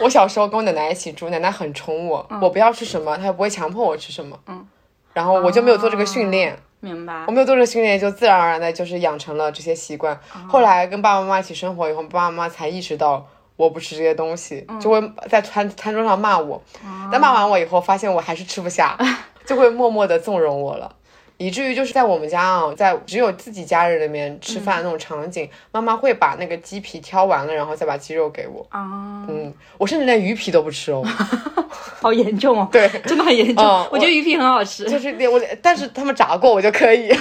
Speaker 1: 我小时候跟我奶奶一起住，奶奶很宠我，我不要吃什么，她也不会强迫我吃什么。嗯，然后我就没有做这个训练，
Speaker 2: 明白
Speaker 1: 我，没有做这个训练，就自然而然的就是养成了这些习惯。后来跟爸爸妈妈一起生活以后，爸爸妈妈才意识到。我不吃这些东西，就会在餐餐桌上骂我，但骂完我以后，发现我还是吃不 下，就会默默的纵容我了。以至于就是在我们家啊，在只有自己家人里面吃饭的那种场景，妈妈会把那个鸡皮挑完了，然后再把鸡肉给我。
Speaker 2: 啊，
Speaker 1: 嗯，我甚至连鱼皮都不吃哦，
Speaker 2: 好严重哦，
Speaker 1: 对，
Speaker 2: 真的很严重，
Speaker 1: 嗯
Speaker 2: 我觉得鱼皮很好吃，
Speaker 1: 就是连我，但是他们炸过我就可以，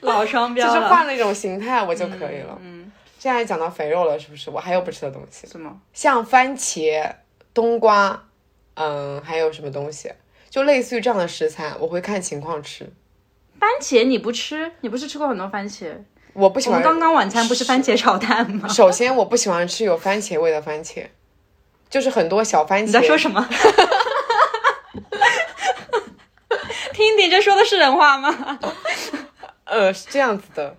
Speaker 2: 老双
Speaker 1: 就
Speaker 2: 标
Speaker 1: 是
Speaker 2: 了。
Speaker 1: 换了一种形态我就可以了。
Speaker 2: 嗯，
Speaker 1: 现在讲到肥肉了，是不是？我还有不吃的东西，
Speaker 2: 什么？
Speaker 1: 像番茄、冬瓜，嗯，还有什么东西，就类似于这样的食材，我会看情况吃。
Speaker 2: 番茄你不吃？你不是吃过很多番茄？
Speaker 1: 我不喜
Speaker 2: 我们
Speaker 1: 欢
Speaker 2: 刚刚晚餐不是番茄炒蛋吗？
Speaker 1: 首先，我不喜欢吃有番茄味的番茄，就是很多小番茄。
Speaker 2: 你在说什么？听你这说的是人话吗？
Speaker 1: 呃，是这样子的。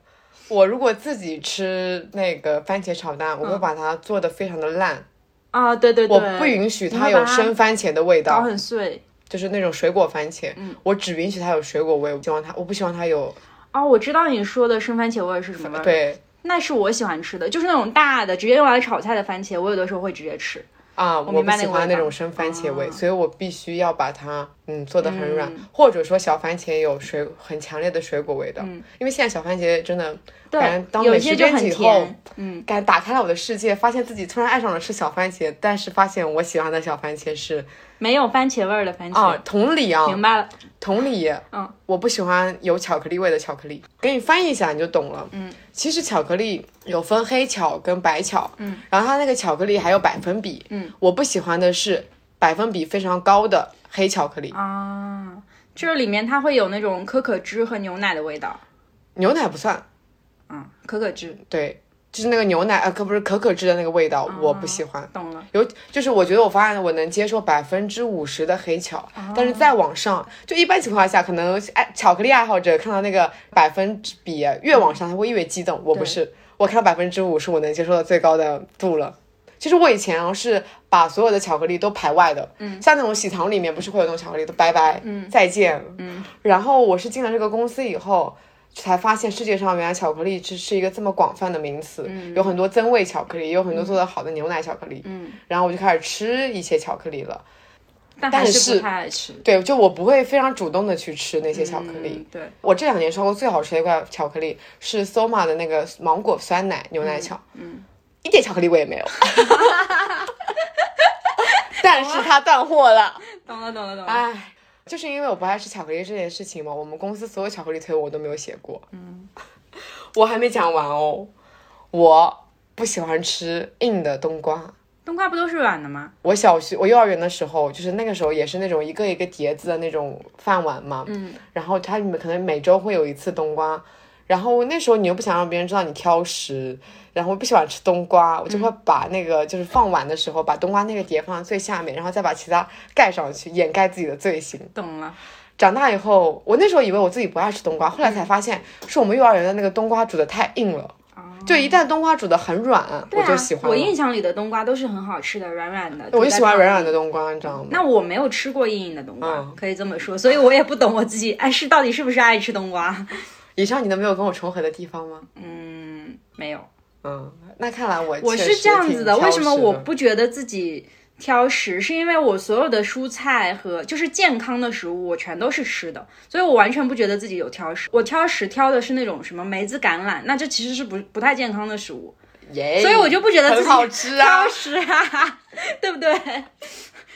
Speaker 1: 我如果自己吃那个番茄炒蛋，我会把它做的非常的烂，
Speaker 2: 啊，嗯对对对，
Speaker 1: 我不允许它有生番茄的味
Speaker 2: 搞
Speaker 1: 道，
Speaker 2: 很碎
Speaker 1: 就是那种水果番茄。
Speaker 2: 嗯
Speaker 1: 我只允许它有水果味，我不希望它，我不希望它有
Speaker 2: 哦，我知道你说的生番茄味是什么味儿，
Speaker 1: 对
Speaker 2: 那是我喜欢吃的，就是那种大的直接用来炒菜的番茄，我有的时候会直接吃。
Speaker 1: 啊，
Speaker 2: 我
Speaker 1: 我
Speaker 2: 明
Speaker 1: 不
Speaker 2: 白那
Speaker 1: 喜
Speaker 2: 个
Speaker 1: 欢
Speaker 2: 味
Speaker 1: 那
Speaker 2: 道哦
Speaker 1: 种生番茄味，所以我必须要把它嗯做的很软，或者说小番茄有水很强烈的水果味道，
Speaker 2: 嗯
Speaker 1: 因为现在小番茄真的感觉当
Speaker 2: 有
Speaker 1: 美
Speaker 2: 一些
Speaker 1: 食
Speaker 2: 就
Speaker 1: 编
Speaker 2: 很
Speaker 1: 辑以后。
Speaker 2: 甜，嗯，
Speaker 1: 感觉打开了我的世界，发现自己突然爱上了吃小番茄，但是发现我喜欢的小番茄是
Speaker 2: 没有番茄味儿的番茄。
Speaker 1: 啊，同理啊，
Speaker 2: 明白了，
Speaker 1: 同理，
Speaker 2: 嗯，
Speaker 1: 我不喜欢有巧克力味的巧克力，给你翻译一下你就懂了。嗯，其实巧克力有分黑巧跟白巧，嗯，然后它那个巧克力还有百分比，嗯，我不喜欢的是百分比非常高的黑巧克力，
Speaker 2: 啊，就是里面它会有那种可可汁和牛奶的味道，
Speaker 1: 牛奶不算，
Speaker 2: 嗯，可可汁，
Speaker 1: 对，就是那个牛奶啊，呃可不是可可汁的那个味道，我不喜欢。
Speaker 2: 懂了，
Speaker 1: 有，就是我觉得我发现我能接受百分之五十的黑巧，但是再往上，就一般情况下，可能爱巧克力爱好者看到那个百分之比越往上，他会越激动。我不是，我看到百分之五是我能接受的最高的度了。其实我以前啊是把所有的巧克力都排外的，嗯，像那种喜糖里面不是会有那种巧克力都拜拜，嗯，再见，嗯。然后我是进了这个公司以后，才发现世界上原来巧克力这是一个这么广泛的名词，有很多增味巧克力，也有很多做的好的牛奶巧克力，嗯，然后我就开始吃一些巧克力了。
Speaker 2: 但还
Speaker 1: 是
Speaker 2: 不太爱吃
Speaker 1: 对，就我不会非常主动的去吃那些巧克力。
Speaker 2: 嗯对，
Speaker 1: 我这两年刷过最好吃的一块巧克力是 Soma 的那个芒果酸奶牛奶巧，嗯，一点巧克力味也 没有，但是它断货了，
Speaker 2: 懂了懂了懂了。
Speaker 1: 唉。就是因为我不爱吃巧克力这件事情嘛，我们公司所有巧克力推文我都没有写过。嗯，我还没讲完哦，我不喜欢吃硬的冬瓜。
Speaker 2: 冬瓜不都是软的吗？
Speaker 1: 我小学我幼儿园的时候，就是那个时候也是那种一个一个碟子的那种饭碗嘛，嗯，然后它里面可能每周会有一次冬瓜，然后那时候你又不想让别人知道你挑食，然后我不喜欢吃冬瓜，我就会把那个就是放碗的时候把冬瓜那个碟放在最下面，然后再把其他盖上去，掩盖自己的罪行。
Speaker 2: 懂了，
Speaker 1: 长大以
Speaker 2: 嗯
Speaker 1: 后，我那时候以为我自己不爱吃冬瓜，后来才发现是我们幼儿园的那个冬瓜煮的太硬了，就一旦冬瓜煮的很软，
Speaker 2: 哦对
Speaker 1: 我
Speaker 2: 啊
Speaker 1: 就喜，欢了。
Speaker 2: 我
Speaker 1: 哎
Speaker 2: 印象里的冬瓜都是很好吃的，软软的。
Speaker 1: 我就喜欢软软
Speaker 2: 的。
Speaker 1: 的冬瓜，你知道吗？
Speaker 2: 那我没有吃过硬硬的冬瓜，
Speaker 1: 嗯
Speaker 2: 可以这么说，所以我也不懂我自己爱是到底是不是爱吃冬瓜。
Speaker 1: 以上你都没有跟我重合的地方吗？
Speaker 2: 嗯，没有，
Speaker 1: 嗯，那看来我
Speaker 2: 我
Speaker 1: 确
Speaker 2: 是
Speaker 1: 实
Speaker 2: 这样
Speaker 1: 挺
Speaker 2: 子的。
Speaker 1: 挑
Speaker 2: 为什么
Speaker 1: 食
Speaker 2: 我
Speaker 1: 的
Speaker 2: 不觉得自己挑食？是因为我所有的蔬菜和就是健康的食物，我全都是吃的，所以我完全不觉得自己有挑食。我挑食挑的是那种什么梅子橄榄，那这其实是不不太健康的食物，
Speaker 1: 耶？
Speaker 2: 所以我就不觉得
Speaker 1: 哎
Speaker 2: 自
Speaker 1: 很
Speaker 2: 己
Speaker 1: 好吃啊
Speaker 2: 挑！食啊， 对不对？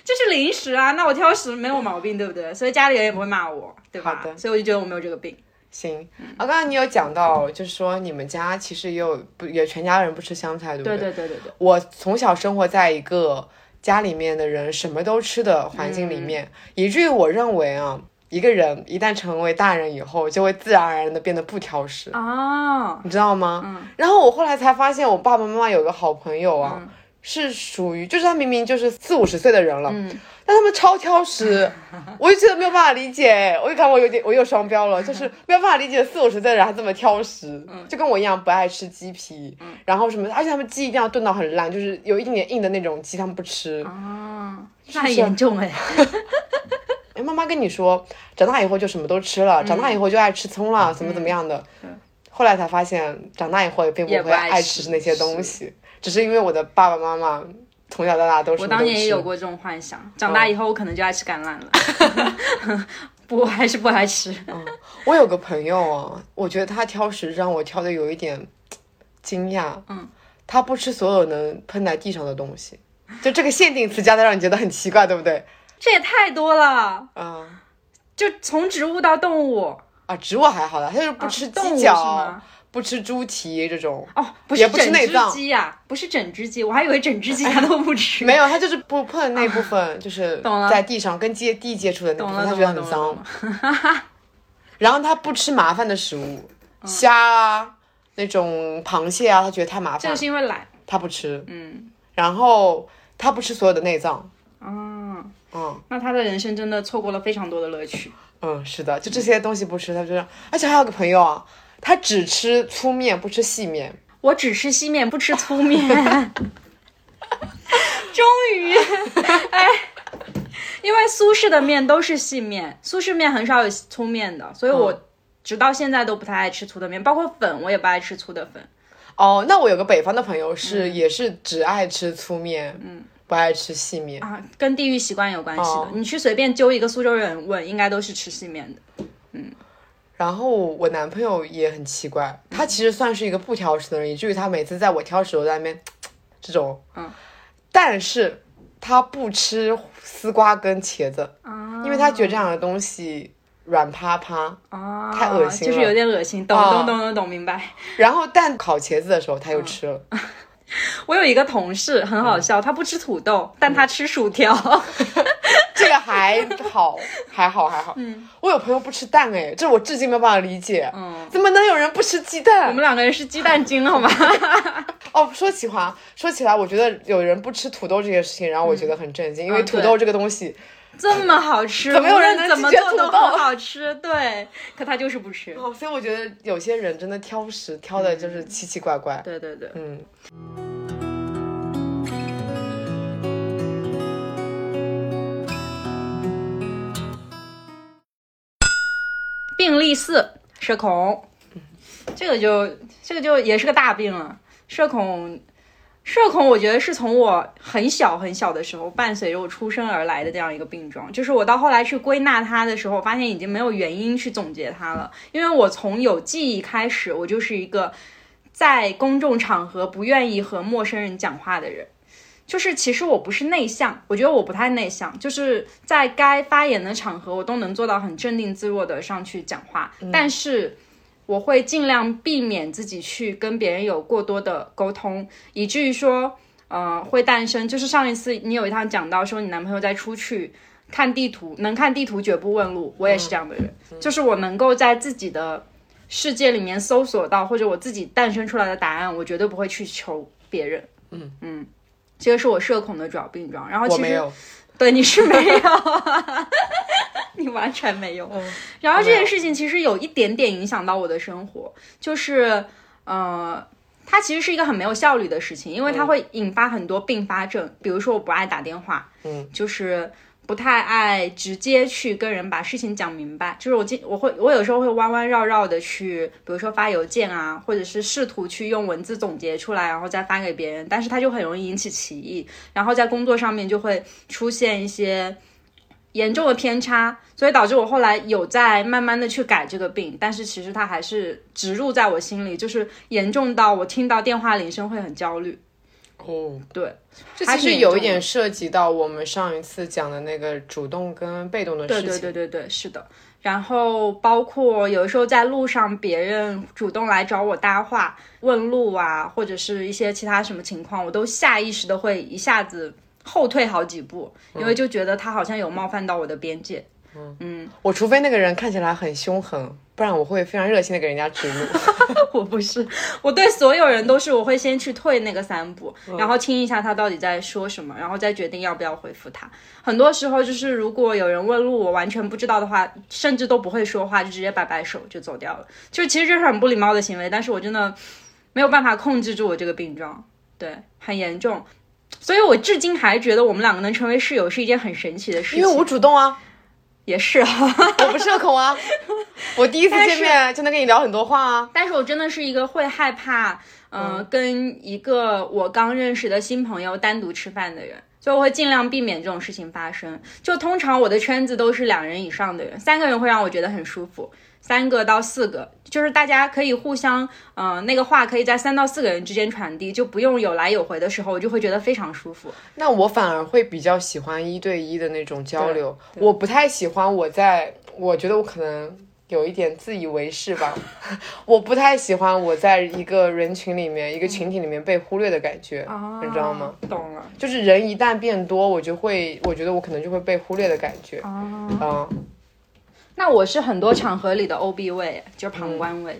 Speaker 2: 这是零食啊，那我挑食没有毛病，对不对？所以家里人也不会骂我，对吧？
Speaker 1: 好的
Speaker 2: 所以我就觉得我没有这个病。
Speaker 1: 行，啊，刚刚你有讲到，就是说你们家其实也有不也全家人不吃香菜，对不
Speaker 2: 对对对对对，
Speaker 1: 我从小生活在一个家里面的人什么都吃的环境里面，以至于我认为啊，一个人一旦成为大人以后，就会自然而然的变得不挑食，
Speaker 2: 哦，
Speaker 1: 你知道吗？然后我后来才发现，我爸爸妈妈有个好朋友啊。是属于，就是他明明就是四五十岁的人了，但他们超挑食，我就觉得没有办法理解，我就感觉我有点我又双标了，就是没有办法理解四五十岁的人还这么挑食，就跟我一样不爱吃鸡皮，然后什么的，而且他们鸡一定要炖到很烂，就是有一点点硬的那种鸡他们不吃。
Speaker 2: 哦，那很严重哎。
Speaker 1: 哎，妈妈跟你说，长大以后就什么都吃了，长大以后就爱吃葱
Speaker 2: 嗯
Speaker 1: 了，怎么怎么样的。后来才发现，长大以后也并不
Speaker 2: 也不
Speaker 1: 会
Speaker 2: 爱
Speaker 1: 爱
Speaker 2: 吃
Speaker 1: 吃那些东西，只是因为我的爸爸妈妈从小到大都什
Speaker 2: 我
Speaker 1: 么都
Speaker 2: 当年也
Speaker 1: 吃
Speaker 2: 有过这种幻想，长大以后我可能就爱吃橄榄了。
Speaker 1: 哦
Speaker 2: 不，我还是不爱吃。
Speaker 1: 我有个朋友啊，我觉得他挑食让我挑的有一点惊讶。嗯，他不吃所有能喷在地上的东西，就这个限定词加的让你觉得很奇怪，对不对？
Speaker 2: 这也太多了，
Speaker 1: 啊
Speaker 2: 就从植物到动物，
Speaker 1: 啊，植物还好啦，他就是不
Speaker 2: 啊
Speaker 1: 吃
Speaker 2: 动物
Speaker 1: 鸡
Speaker 2: 是
Speaker 1: 脚，
Speaker 2: 吗
Speaker 1: 不吃猪蹄这种。
Speaker 2: 哦，不
Speaker 1: 也
Speaker 2: 是
Speaker 1: 不吃
Speaker 2: 整
Speaker 1: 内
Speaker 2: 只
Speaker 1: 脏
Speaker 2: 鸡呀、不是整只鸡，我还以为整只鸡它都不吃。
Speaker 1: 没有，他就是不碰那部分，就是
Speaker 2: 啊懂了
Speaker 1: 在地上跟接地接触的那部分，
Speaker 2: 懂了，
Speaker 1: 他
Speaker 2: 懂
Speaker 1: 觉得很
Speaker 2: 了，懂了。懂
Speaker 1: 脏
Speaker 2: 了。嗯
Speaker 1: 然后他不吃麻烦的食物，虾啊那种螃蟹啊，他觉得太麻
Speaker 2: 这
Speaker 1: 烦
Speaker 2: 个，是因为懒，
Speaker 1: 他不吃。
Speaker 2: 嗯，
Speaker 1: 然后他不吃所有的内脏。
Speaker 2: 啊，
Speaker 1: 嗯，
Speaker 2: 那他的人生真的错过了非常多的乐趣。
Speaker 1: 嗯，是的，就这些东西不吃，他就让，而且还有个朋友啊，他只吃粗面，不吃细面。
Speaker 2: 我只吃细面，不吃粗面。 终于，哎，因为苏式的面都是细面，苏式面很少有粗面的，所以
Speaker 1: 嗯
Speaker 2: 我直到现在都不太爱吃粗的面，包括粉我也不爱吃粗的粉。
Speaker 1: 哦，那我有个北方的朋友
Speaker 2: 嗯
Speaker 1: 是，也是只爱吃粗面，嗯，不爱吃细面。
Speaker 2: 啊，跟地域习惯有关系的。
Speaker 1: 哦
Speaker 2: 你去随便揪一个苏州人问，应该都是吃细面的。
Speaker 1: 然后我男朋友也很奇怪，他其实算是一个不挑食的人，以至于他每次在我挑食，我在那边这种，
Speaker 2: 嗯，
Speaker 1: 但是他不吃丝瓜跟茄子，
Speaker 2: 啊
Speaker 1: 因为他觉得这样的东西软趴趴，哦
Speaker 2: 啊，
Speaker 1: 太恶心了
Speaker 2: 就是有点恶心。懂
Speaker 1: 啊
Speaker 2: 懂懂懂懂，明白。
Speaker 1: 然后但烤茄子的时候
Speaker 2: 嗯
Speaker 1: 他又吃了。
Speaker 2: 我有一个同事很好
Speaker 1: 嗯
Speaker 2: 笑，他不吃土豆，但他吃薯条。
Speaker 1: 这个还好，还好，还好。嗯，我有朋友不吃蛋，哎，这我至今没有办法理解。嗯，怎么能有人不吃鸡
Speaker 2: 我
Speaker 1: 蛋
Speaker 2: 们？两个人是鸡蛋 精，好吗？
Speaker 1: 哦，说起话，说起来，我觉得有人不吃土豆这件事情，然后我觉得很震惊，因为
Speaker 2: 嗯
Speaker 1: 土豆这个东西，
Speaker 2: 这么好吃，
Speaker 1: 怎么有人
Speaker 2: 无
Speaker 1: 能
Speaker 2: 论怎么
Speaker 1: 拒绝
Speaker 2: 做都
Speaker 1: 土豆
Speaker 2: 很好吃。对，可他就是不吃。
Speaker 1: 哦，所以我觉得有些人真的挑食，挑的就是奇奇怪怪。
Speaker 2: 对对对，
Speaker 1: 嗯。
Speaker 2: 病例四，社恐，这个就这个就也是个大病了。社恐，社恐，我觉得是从我很小很小的时候伴随着我出生而来的这样一个病状。就是我到后来去归纳它的时候，发现已经没有原因去总结它了，因为我从有记忆开始，我就是一个在公众场合不愿意和陌生人讲话的人。就是其实我不是内向，我觉得我不太内向，就是在该发言的场合，我都能做到很镇定自若的上去讲话，但是我会尽量避免自己去跟别人有过多的沟通，以至于说，呃，会诞生就是上一次你有一趟讲到说你男朋友在出去。看地图，能看地图绝不问路。我也是这样的人，就是我能够在自己的世界里面搜索到，或者我自己诞生出来的答案，我绝对不会去求别人。嗯嗯，这个是我社恐的主要病状。然后
Speaker 1: 我
Speaker 2: 其
Speaker 1: 没
Speaker 2: 实
Speaker 1: 有，
Speaker 2: 对你是没有，你完全没有。然后这件事情其实有一点点影响到我的生活，就是呃，它其实是一个很没有效率的事情，因为它会引发很多并发症，比如说我不爱打电话，
Speaker 1: 嗯，
Speaker 2: 就是不太爱直接去跟人把事情讲明白，就是我经我会我有时候会弯弯绕绕的去，比如说发邮件啊，或者是试图去用文字总结出来，然后再发给别人，但是它就很容易引起歧义，然后在工作上面就会出现一些。严重的偏差，所以导致我后来有在慢慢的去改这个病，但是其实它还是植入在我心里，就是严重到我听到电话铃声会很焦虑。
Speaker 1: 哦，
Speaker 2: 对，
Speaker 1: 这
Speaker 2: 还
Speaker 1: 其
Speaker 2: 挺
Speaker 1: 实
Speaker 2: 严
Speaker 1: 有一
Speaker 2: 重
Speaker 1: 点
Speaker 2: 的
Speaker 1: 涉及到我们上一次讲的那个主动跟被动的事
Speaker 2: 对
Speaker 1: 情。
Speaker 2: 对对对对，是的。然后包括有的时候在路上，别人主动来找我搭话、问路啊，或者是一些其他什么情况，我都下意识的会一下子后退好几步，因
Speaker 1: 嗯
Speaker 2: 为就觉得他好像有冒犯到我的边界。
Speaker 1: 我除非那个人看起来很凶狠，不然我会非常热心的给人家指路。
Speaker 2: 我不是，我对所有人都是，我会先去退那个三步，
Speaker 1: 嗯
Speaker 2: 然后听一下他到底在说什么，然后再决定要不要回复他。很多时候就是，如果有人问路，我完全不知道的话，甚至都不会说话，就直接摆摆手就走掉了。就其实这是很不礼貌的行为，但是我真的没有办法控制住我这个病状，对，很严重。所以我至今还觉得我们两个能成为室友是一件很神奇的事 情。
Speaker 1: 因为我主动啊，
Speaker 2: 也是哈、
Speaker 1: 我不社恐啊， 我第一次
Speaker 2: 但
Speaker 1: 见
Speaker 2: 是
Speaker 1: 面就能跟你聊很多话啊。
Speaker 2: 但是我真的是一个会害怕，呃、嗯，跟一个我刚认识的新朋友单独吃饭的人，所以我会尽量避免这种事情发生。就通常我的圈子都是两人以上的人，三个人会让我觉得很舒服，三个到四个，就是大家可以互相，呃，那个话可以在三到四个人之间传递，就不用有来有回的时候，我就会觉得非常舒服。
Speaker 1: 那我反而会比较喜欢一对一的那种交流，我不太喜欢我在，我觉得我可能有一点自以为是吧， 我不太喜欢我在一个人群里面、一个群体里面被忽略的感觉，
Speaker 2: 嗯
Speaker 1: 你知道吗？？
Speaker 2: 哦懂了。
Speaker 1: 就是人一旦变多，我就会，我觉得我可能就会被忽略的感
Speaker 2: 哦
Speaker 1: 觉，嗯。
Speaker 2: 那我是很多场合里的 OB 位，就是
Speaker 1: 嗯
Speaker 2: 旁观位。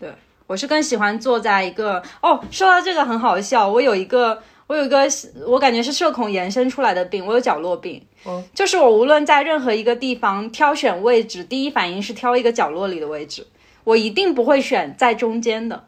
Speaker 2: 对，我是更喜欢坐在一个哦，说到这个很好笑，我有一个。我有一个，我感觉是社恐延伸出来的病，我有角落病。
Speaker 1: 嗯，
Speaker 2: 就是我无论在任何一个地方挑选位置，第一反应是挑一个角落里的位置，我一定不会选在中间的。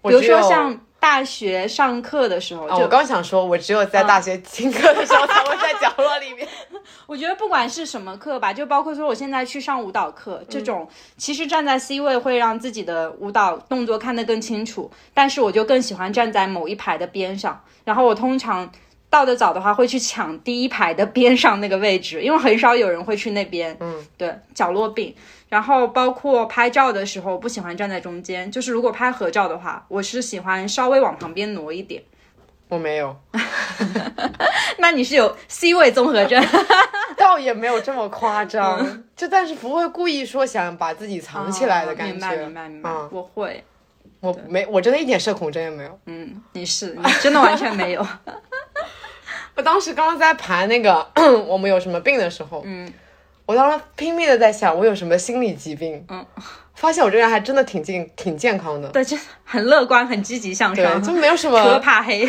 Speaker 1: 我
Speaker 2: 比如
Speaker 1: 只有
Speaker 2: 说像大学上课的时候，
Speaker 1: 啊，
Speaker 2: 就
Speaker 1: 我刚想说，我只有
Speaker 2: 嗯
Speaker 1: 在大学听课的时候才会在角落里面。
Speaker 2: 我觉得不管是什么课吧，就包括说我现在去上舞蹈课这
Speaker 1: 嗯
Speaker 2: 种，其实站在 C 位会让自己的舞蹈动作看得更清楚，但是我就更喜欢站在某一排的边上。然后我通常到的早的话，会去抢第一排的边上那个位置，因为很少有人会去那边。嗯，对，角落病。然后包括拍照的时候，不喜欢站在中间，就是如果拍合照的话，我是喜欢稍微往旁边挪一点。
Speaker 1: 我没有，
Speaker 2: 那你是有 C 位综合症？
Speaker 1: 倒也没有这么夸
Speaker 2: 嗯
Speaker 1: 张，就但是不会故意说想把自己 藏起来的感
Speaker 2: 哦明
Speaker 1: 觉。
Speaker 2: 白，明白，明白。
Speaker 1: 嗯
Speaker 2: 我会。
Speaker 1: 我没，我真的一点社恐症也没有。
Speaker 2: 嗯，你是你真的完全没有，
Speaker 1: 我当时刚刚在盘那个 我们有什么病的时候，
Speaker 2: 嗯，
Speaker 1: 我当时拼命的在想我有什么心理疾病，
Speaker 2: 嗯，
Speaker 1: 发现我这个人还真的挺健挺健康的，
Speaker 2: 对，就很乐观，很积极向
Speaker 1: 对，
Speaker 2: 上，
Speaker 1: 就
Speaker 2: 除
Speaker 1: 没有什
Speaker 2: 了
Speaker 1: 么
Speaker 2: 怕黑。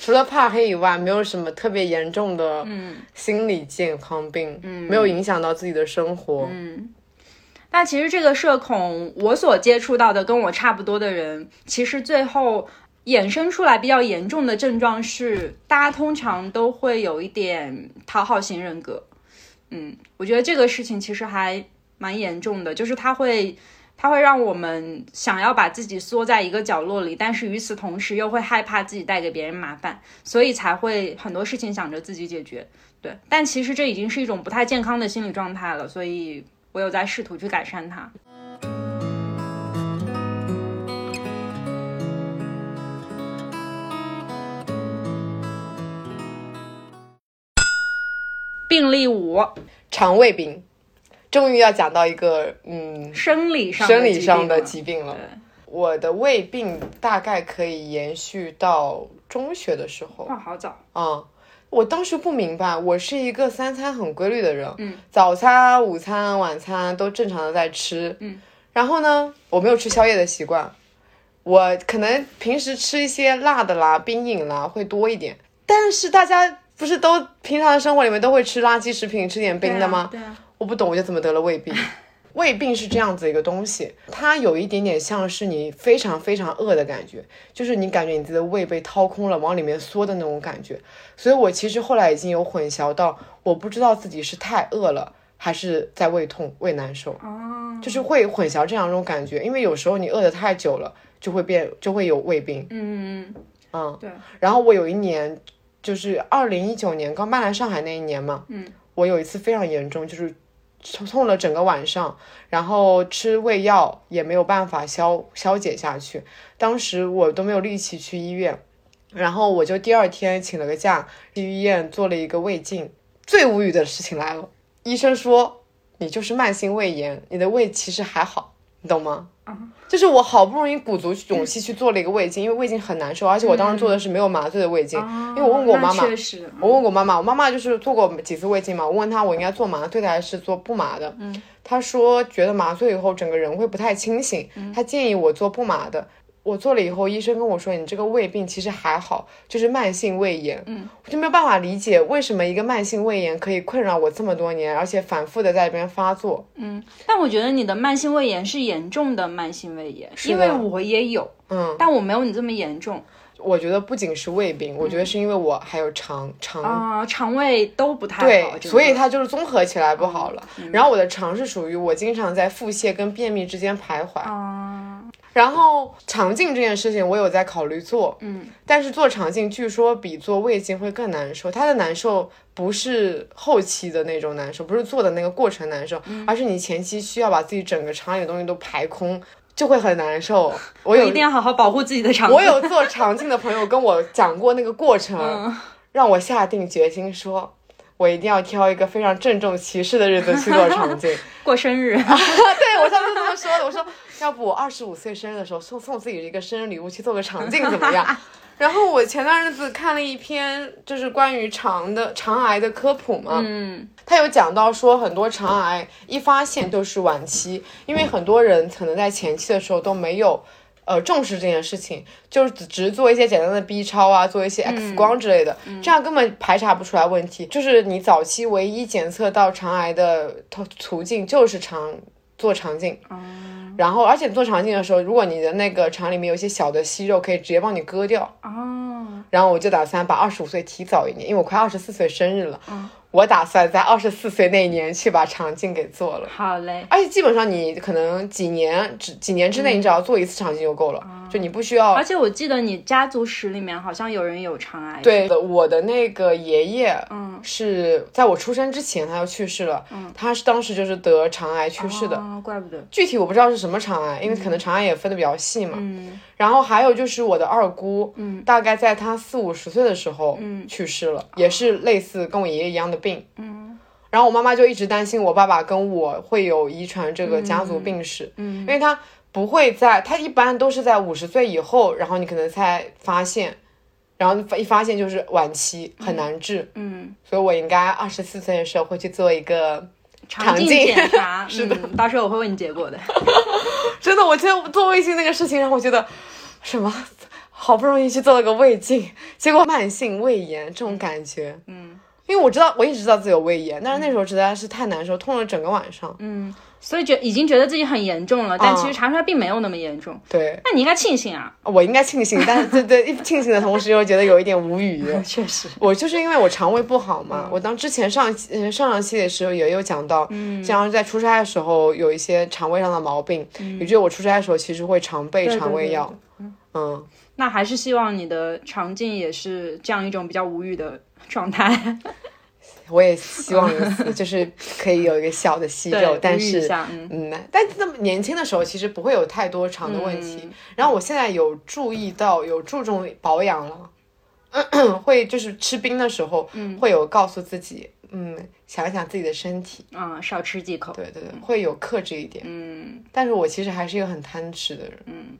Speaker 1: 除了怕黑以外，没有什么特别严重的
Speaker 2: 嗯
Speaker 1: 心理健康病，嗯，没有影响到自己的生活，嗯，
Speaker 2: 那其实这个社恐，我所接触到的跟我差不多的人，其实最后衍生出来比较严重的症状是，大家通常都会有一点讨好型人格。嗯，我觉得这个事情其实还蛮严重的，就是它会。它会让我们想要把自己缩在一个角落里，但是与此同时又会害怕自己带给别人麻烦，所以才会很多事情想着自己解决。对，但其实这已经是一种不太健康的心理状态了，所以我有在试图去改善它。病例五，
Speaker 1: 肠胃病，终于要讲到一个嗯
Speaker 2: 生理上的
Speaker 1: 生理上的
Speaker 2: 疾
Speaker 1: 疾病
Speaker 2: 病
Speaker 1: 了
Speaker 2: 了。。
Speaker 1: 我的胃病大概可以延续到中学的时候
Speaker 2: 对，，哇，好早，
Speaker 1: 嗯，我当时不明白，我是一个三餐很规律的人，嗯，早餐、午餐、晚餐都正常的在吃，嗯，然后呢，我没有吃宵夜的习惯，我可能平时吃一些辣的啦、冰饮啦会多一点，但是大家不是都平常的生活里面都会吃垃圾食品、吃点冰的吗？
Speaker 2: 对啊，
Speaker 1: 我不懂我就怎么得了胃病。胃病是这样子一个东西，它有一点点像是你非常非常饿的感觉，就是你感觉你自己的胃被掏空了，往里面缩的那种感觉。所以我其实后来已经有混淆到，我不知道自己是太饿了，还是在胃痛、胃难受，
Speaker 2: 哦
Speaker 1: 就是会混淆这两种感觉。因为有时候你饿得太久了，就会变，就会有胃病。
Speaker 2: 嗯，
Speaker 1: 嗯，
Speaker 2: 对。
Speaker 1: 然后我有一年，就是二零一九年刚搬来上海那一年嘛，
Speaker 2: 嗯，
Speaker 1: 我有一次非常严重，就是痛了整个晚上，然后吃胃药也没有办法消消解下去，当时我都没有力气去医院，然后我就第二天请了个假去医院做了一个胃镜。最无语的事情来了，医生说你就是慢性胃炎，你的胃其实还好，你懂吗？就是我好不容易鼓足勇气去做了一个胃镜，因为胃镜很难受，而且我当时做的是没有麻醉的胃镜，因为我问过我妈妈
Speaker 2: 啊那，确实，
Speaker 1: 我问过我妈妈，我妈妈就是做过几次胃镜嘛，我问她我应该做麻醉的还是做不麻的，嗯，她说觉得麻醉以后整个人会不太清醒，她建议我做不麻的。我做了以后，医生跟我说你这个胃病其实还好，就是慢性胃炎，嗯，我就没有办法理解为什么一个慢性胃炎可以困扰我这么多年，而且反复的在里边发作，
Speaker 2: 但我觉得你的慢性胃炎是严重的慢性胃炎，
Speaker 1: 是
Speaker 2: 因为
Speaker 1: 的
Speaker 2: 我也有，
Speaker 1: 嗯，
Speaker 2: 但我没有你这么严重
Speaker 1: 我觉得不仅是胃病，我觉得是因为我还有肠肠
Speaker 2: 啊、肠胃都不太
Speaker 1: 嗯
Speaker 2: 好。
Speaker 1: 对，
Speaker 2: 这个
Speaker 1: 所以它就是嗯综合起来不好了。然后我的肠是属于我经常在腹泻跟便秘之间徘徊。哦然后肠镜这件事情，我有在考虑做，嗯，但是做肠镜据说比做胃镜会更难受，它的难受不是后期的那种难受，不是做的那个过程难受，而是你前期需要把自己整个肠里的东西都排空，就会很难受。我
Speaker 2: 我
Speaker 1: 有
Speaker 2: 一定要好好保护自己的肠
Speaker 1: 我
Speaker 2: 胃。
Speaker 1: 有做肠镜的朋友跟我讲过那个过程，让我下定决心说，我一定要挑一个非常郑重其事的日子去做肠镜。
Speaker 2: 过生日，
Speaker 1: 对我上次这么说的，我说要不我二十五岁生日的时候送送自己一个生日礼物去做个肠镜怎么样？然后我前段日子看了一篇，就是关于肠的肠癌的科普嘛，
Speaker 2: 嗯，
Speaker 1: 他有讲到说，很多肠癌一发现就是晚期，因为很多人可能在前期的时候都没有。呃，重视这件事情，就是只只做一些简单的 B 超啊，做一些 X 光之类的，这样根本排查不出来问题。就是你早期唯一检测到肠癌的途途径就是肠做肠镜，然后而且做肠镜的时候，如果你的那个肠里面有一些小的息肉，可以直接帮你割掉。
Speaker 2: 哦，
Speaker 1: 然后我就打算把二十五岁提早一年，因为我快二十四岁生日了，我打算在二十四岁那一年去把肠镜给做了。
Speaker 2: 好嘞，
Speaker 1: 而且基本上你可能几年只几年之内，你只要做一次肠镜就够了，就你不需要
Speaker 2: 而。且我记得你家族史里面好像有人有肠癌，，
Speaker 1: 对的，我的那个爷爷，
Speaker 2: 嗯，
Speaker 1: 是在我出生之前他就去世了，他是当时就是得肠癌去世的。
Speaker 2: 哦，怪不得，
Speaker 1: 具体我不知道是什么肠癌，因为可能肠癌也分的比较细嘛。
Speaker 2: 嗯，
Speaker 1: 然后还有就是我的二姑，嗯，大概在她四五十岁的时候，嗯，去世了，也是类似跟我爷爷一样的病，嗯。然后我妈妈就一直担心我爸爸跟我会有遗传这个家族病史，嗯，因为他不会在，他一般都是在五十岁以后，然后你可能才发现，然后一发现就是晚期，很难治，
Speaker 2: 嗯，
Speaker 1: 所以我应该二十四岁的时候会去做一个。
Speaker 2: 肠镜
Speaker 1: 镜
Speaker 2: 检 查，是的、到时候我会问你结果的。
Speaker 1: 真的，我觉得做胃镜那个事情让我觉得，什么好不容易去做了个胃镜，结果慢性胃炎这种感觉，嗯，因为我知道我一直知道自己有胃炎，但是那时候实在是太难受，痛了整个晚上，嗯，哦
Speaker 2: 所以觉已经觉得自己很严重了，但其实查出来并没有那么严重。
Speaker 1: 对，
Speaker 2: 那你应该庆 幸啊，
Speaker 1: 我应该庆幸，但是对对，一庆幸的同时又觉得有一点无 语。
Speaker 2: 确实，
Speaker 1: 我就是因为我肠胃不好
Speaker 2: 嗯
Speaker 1: 嘛，我当之前上一期呃上上期的时候也有讲到，嗯，像在出差的时候有一些肠胃上的毛病，以至于我出差的时候其实会常备
Speaker 2: 嗯对
Speaker 1: 肠胃
Speaker 2: 对
Speaker 1: 药，嗯。
Speaker 2: 那还是希望你的肠镜也是这样一种比较无语的状态。
Speaker 1: 我也希望如此，就是可以有一个小的息肉
Speaker 2: 对，
Speaker 1: 但
Speaker 2: 无语一
Speaker 1: 是
Speaker 2: 下嗯
Speaker 1: 嗯，但这么年轻的时候其实不会有太多肠的问
Speaker 2: 嗯
Speaker 1: 题。然后我现在有注意到，有注重保养了，会就是吃冰的时候，
Speaker 2: 嗯
Speaker 1: 会有告诉自己，嗯，想一想自己的身体，
Speaker 2: 嗯，少吃几口。
Speaker 1: 对对对，会有克制一点。
Speaker 2: 嗯，
Speaker 1: 但是我其实还是一个很贪吃的人。嗯。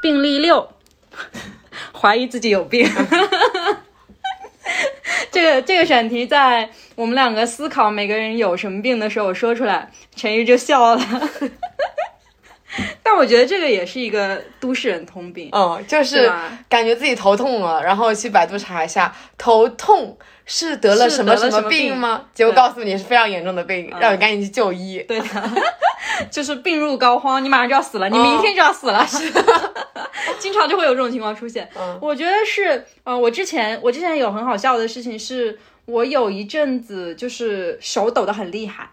Speaker 2: 病例六， 怀疑自己有病。这个这个选题在我们两个思考每个人有什么病的时候，我说出来，陈玉就笑了。 但我觉得这个也是一个都市人通病，
Speaker 1: 嗯，就
Speaker 2: 对
Speaker 1: 是
Speaker 2: 吧？
Speaker 1: 感觉自己头痛了，然后去百度查一下，头痛是得了
Speaker 2: 是
Speaker 1: 什么
Speaker 2: 得了什
Speaker 1: 么
Speaker 2: 么
Speaker 1: 病
Speaker 2: 病
Speaker 1: 吗？结果
Speaker 2: 对嗯
Speaker 1: 告诉你是非常严重的病，让你赶紧去就医。
Speaker 2: 对的，就是病入膏肓，你马上就要死了，你明天就要死了，是的， 经常就会有这种情况出现。
Speaker 1: 嗯
Speaker 2: 我觉得是，呃，我之前我之前有很好笑的事情是，我有一阵子就是手抖得很厉害。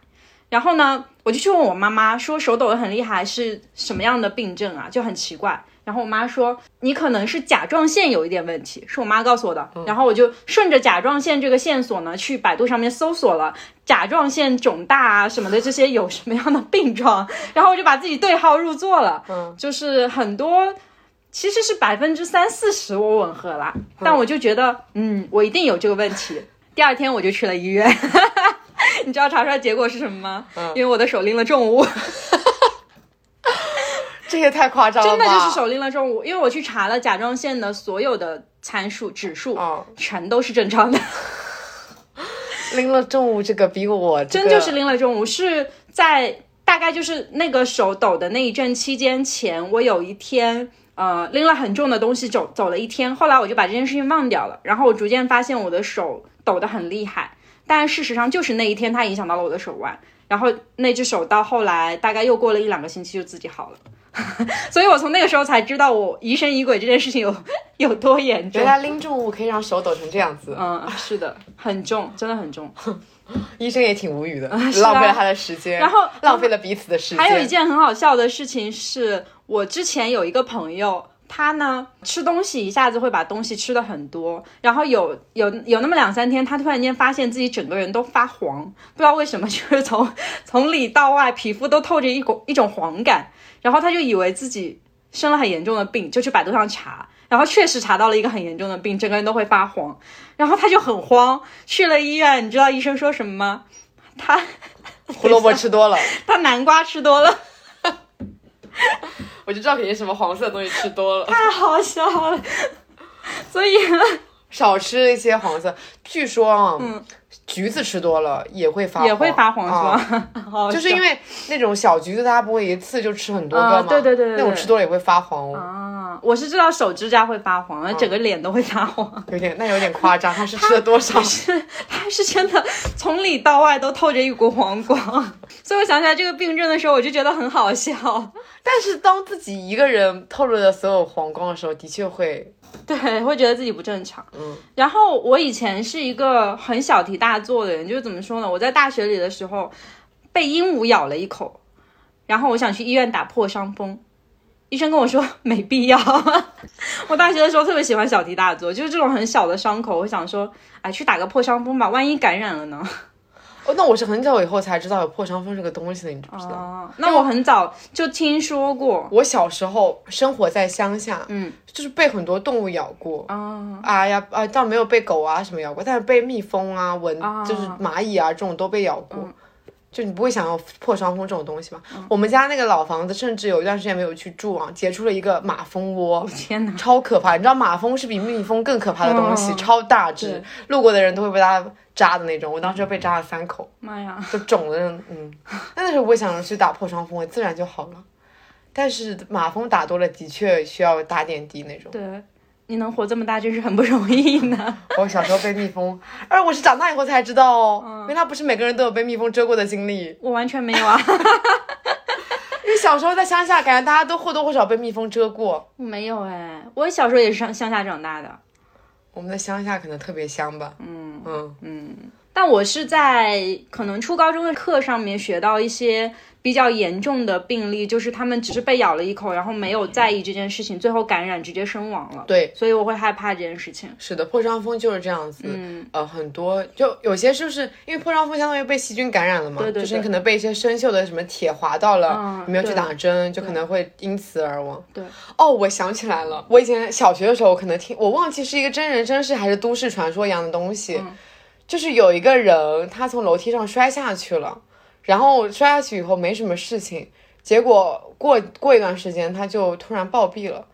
Speaker 2: 然后呢，我就去问我妈妈说手抖得很厉害是什么样的病症啊，就很奇怪。然后我妈说你可能是甲状腺有一点问题，是我妈告诉我的。然后我就顺着甲状腺这个线索呢，去百度上面搜索了甲状腺肿大啊什么的这些有什么样的病状，然后我就把自己对号入座了。
Speaker 1: 嗯，
Speaker 2: 就是很多其实是百分之三四十我吻合
Speaker 1: 嗯
Speaker 2: 啦，但我就觉得，嗯，我一定有这个问题。第二天我就去了医院， 你知道查出来结果是什么吗？
Speaker 1: 嗯
Speaker 2: 因为我的手拎了重物，
Speaker 1: 这也太夸张了吧！
Speaker 2: 真的就是手拎了重物。因为我去查了甲状腺的所有的参数指数，
Speaker 1: 哦
Speaker 2: 全都是正常的，
Speaker 1: 拎了重物，这个比我、这
Speaker 2: 真
Speaker 1: 个、
Speaker 2: 就是拎了重物，是在大概就是那个手抖的那一阵期间前，我有一天。呃，拎了很重的东西走走了一天，后来我就把这件事情忘掉了。然后我逐渐发现我的手抖得很厉害，但事实上就是那一天它影响到了我的手腕，然后那只手到后来大概又过了一两个星期就自己好了。 所以我从那个时候才知道我疑神疑鬼这件事情有 有多严重
Speaker 1: 原。来拎重物可以让手抖成这样子，
Speaker 2: 嗯，是的，很重，真的很重。
Speaker 1: 医生也挺无语的，
Speaker 2: 是啊
Speaker 1: 浪费了他的时间，
Speaker 2: 然后
Speaker 1: 浪费了彼此的时间。
Speaker 2: 还有一件很好笑的事情是，我之前有一个朋友，他呢吃东西一下子会把东西吃的很多，然后有有有那么两三天，他突然间发现自己整个人都发黄，不知道为什么，就是从 从里到外皮肤都透着一股一种黄感，然后他就以为自己生了很严重的病，就去百度上查。然后确实查到了一个很严重的病，整个人都会发黄，然后他就很慌，去了医院。你知道医生说什么吗？ 他
Speaker 1: 胡萝卜吃多了，
Speaker 2: 他南瓜吃多了。
Speaker 1: 我就知道肯定是什么黄色的东西吃多了，
Speaker 2: 太好笑了。所以
Speaker 1: 少吃一些黄色。据说啊，橘子吃多了也会发
Speaker 2: 嗯也会发黄
Speaker 1: 啊
Speaker 2: 哦是吧？ 好
Speaker 1: 就是因
Speaker 2: 为
Speaker 1: 为那种小橘子，它不会一次就吃很多个
Speaker 2: 啊
Speaker 1: 嘛，
Speaker 2: 对对对对对
Speaker 1: 那种吃多了也会发黄哦，
Speaker 2: 啊，我是知道手指甲会发黄，而整个脸都会发黄。
Speaker 1: 有点那有点夸张，它是吃了多 少？
Speaker 2: 它是真的从里到外都透着一股黄光， 所以我想起来这个病症的时候，我就觉得很好笑。
Speaker 1: 但是当自己一个人透露了所有黄光的时候，的确会，
Speaker 2: 对，会觉得自己不正常。
Speaker 1: 嗯，
Speaker 2: 然后我以前是一个很小题大做的人，就是怎么说呢？我在大学里的时候被鹦鹉咬了一口，然后我想去医院打破伤风，医生跟我说没必要。 我大学的时候特别喜欢小题大做，就是这种很小的伤口，我想说，哎，去打个破伤风吧，万一感染了呢？
Speaker 1: 哦，那我是很久以后才知道有破伤风这个东西的，你知不知道？
Speaker 2: 哦，那我很早就听说过
Speaker 1: 我小时候生活在乡下，
Speaker 2: 嗯，
Speaker 1: 就是被很多动物咬过。
Speaker 2: 啊，
Speaker 1: 啊呀啊，倒没有被狗啊什么咬过，但是被蜜蜂啊、蚊，
Speaker 2: 啊
Speaker 1: 就是蚂蚁啊这种都被咬
Speaker 2: 嗯
Speaker 1: 过。就你不会想要破伤风这种东西吗？我们家那个老房子，甚至有一段时间没有去住啊，结出了一个马蜂窝，
Speaker 2: 哦天哪！
Speaker 1: 超可怕。你知道马蜂是比蜜蜂更可怕的东西，
Speaker 2: 嗯
Speaker 1: 超大只
Speaker 2: 对，
Speaker 1: 路过的人都会被它扎的那种。我当时被扎了三口。
Speaker 2: 妈呀，
Speaker 1: 就肿的，嗯，但那时候我也想着去打破伤风，自然就好了。但是马蜂打多了，的确需要打点滴那种。
Speaker 2: 对，你能活这么大真是很不容易呢。
Speaker 1: 我小时候被蜜蜂，而我是长大以后才知道哦，原来不是每个人都有被蜜蜂蛰过的经历。
Speaker 2: 我完全没有啊，
Speaker 1: 因为小时候在乡下，感觉大家都或多或少被蜜蜂蛰过。
Speaker 2: 我没有哎，我小时候也是上乡下长大的。
Speaker 1: 我们在乡下可能特别香吧，嗯嗯，
Speaker 2: 但我是在可能初高中的课上面学到一些比较严重的病例，就是他们只是被咬了一口，然后没有在意这件事情，最后感染直接身亡了。
Speaker 1: 对，
Speaker 2: 所以我会害怕这件事情。
Speaker 1: 是的，破伤风就是这样子。嗯，呃，很多就有些就是因为破伤风相当于被细菌感染了嘛，
Speaker 2: 对对
Speaker 1: 就是
Speaker 2: 对
Speaker 1: 你可能被一些生锈的什么铁划到了，
Speaker 2: 嗯
Speaker 1: 你没有去
Speaker 2: 对
Speaker 1: 打针，就可能会因此而亡。
Speaker 2: 对，
Speaker 1: 哦，我想起来了，我以前小学的时候可能听，我忘记是一个真人真事还是都市传说一样的东西，
Speaker 2: 嗯
Speaker 1: 就是有一个人他从楼梯上摔下去了，然后摔下去以后没什么事情，结果过过一段时间他就突然暴毙了。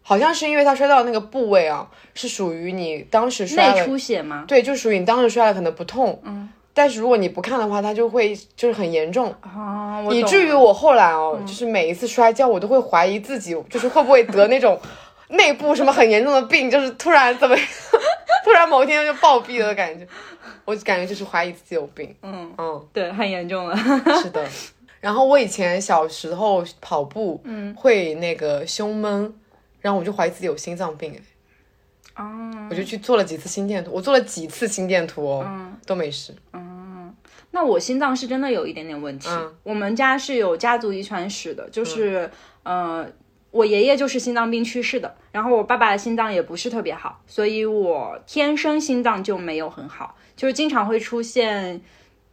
Speaker 1: 好像是因为他摔到那个部位啊，是属于你当时摔
Speaker 2: 内
Speaker 1: 了，
Speaker 2: 出血吗？
Speaker 1: 对，就属于你当时摔了可能不痛，
Speaker 2: 嗯，
Speaker 1: 但是如果你不看的话，它就会就是很严重。
Speaker 2: 啊，我
Speaker 1: 以
Speaker 2: 懂
Speaker 1: 至于
Speaker 2: 了
Speaker 1: 我后来哦，
Speaker 2: 嗯
Speaker 1: 就是每一次摔跤，我都会怀疑自己，就是会不会得那 种内部什么很严重的病，就是突然怎么， 突然某一天就暴毙了的感觉。我就感觉就是怀疑自己有病。
Speaker 2: 嗯，
Speaker 1: 嗯，
Speaker 2: 对，很严重了。
Speaker 1: 是的。然后我以前小时候跑步，嗯，会那个胸闷，然后我就怀疑自己有心脏病，
Speaker 2: 嗯
Speaker 1: 哎
Speaker 2: 啊，
Speaker 1: 我就去做了几次心电图，我做了几次心电图哦，
Speaker 2: 嗯
Speaker 1: 都没事。
Speaker 2: 那我心脏是真的有一点点问题。
Speaker 1: 嗯
Speaker 2: 我们家是有家族遗传史的，就是、呃，我爷爷就是心脏病去世的，然后我爸爸的心脏也不是特别好，所以我天生心脏就没有很好，就是经常会出现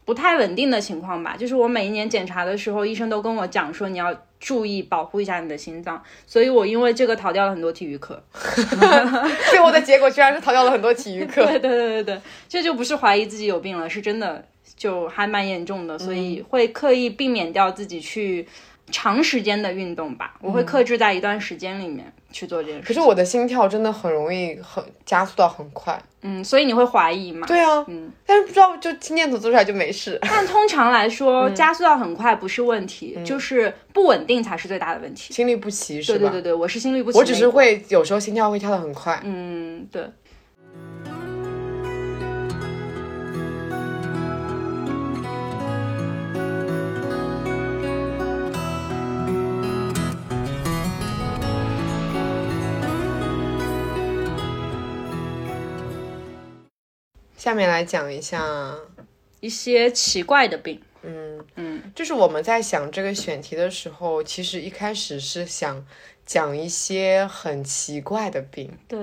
Speaker 2: 不太稳定的情况吧。就是我每一年检查的时候，医生都跟我讲说你要注意保护一下你的心脏，所以我因为这个逃掉了很多体育课。
Speaker 1: 最后的结果居然是逃掉了很多体育 课。
Speaker 2: 对对对对对，这就不是怀疑自己有病了，是真的就还蛮严重的，所
Speaker 1: 嗯
Speaker 2: 以会刻意避免掉自己去长时间的运动吧，
Speaker 1: 嗯
Speaker 2: 我会克制在一段时间里面去做这件
Speaker 1: 可
Speaker 2: 事。
Speaker 1: 是我的心跳真的很容易很加速到很快。
Speaker 2: 嗯，所以你会怀疑嘛？
Speaker 1: 对啊，
Speaker 2: 嗯，
Speaker 1: 但是不知道就心电图做出来就没事。
Speaker 2: 但通常来
Speaker 1: 嗯
Speaker 2: 说，加速到很快不是问题，就是不稳定才是最大的问题。
Speaker 1: 心律不齐是
Speaker 2: 对
Speaker 1: 吧？
Speaker 2: 对对对，我是心律不齐那
Speaker 1: 我
Speaker 2: 一种，
Speaker 1: 只是会有时候心跳会跳得很快。
Speaker 2: 嗯，对。
Speaker 1: 下面来讲一下，
Speaker 2: 一些奇怪的病，
Speaker 1: 嗯
Speaker 2: 嗯，
Speaker 1: 就是我们在想这个选题的时候，其实一开始是想讲一些很奇怪的病，
Speaker 2: 对，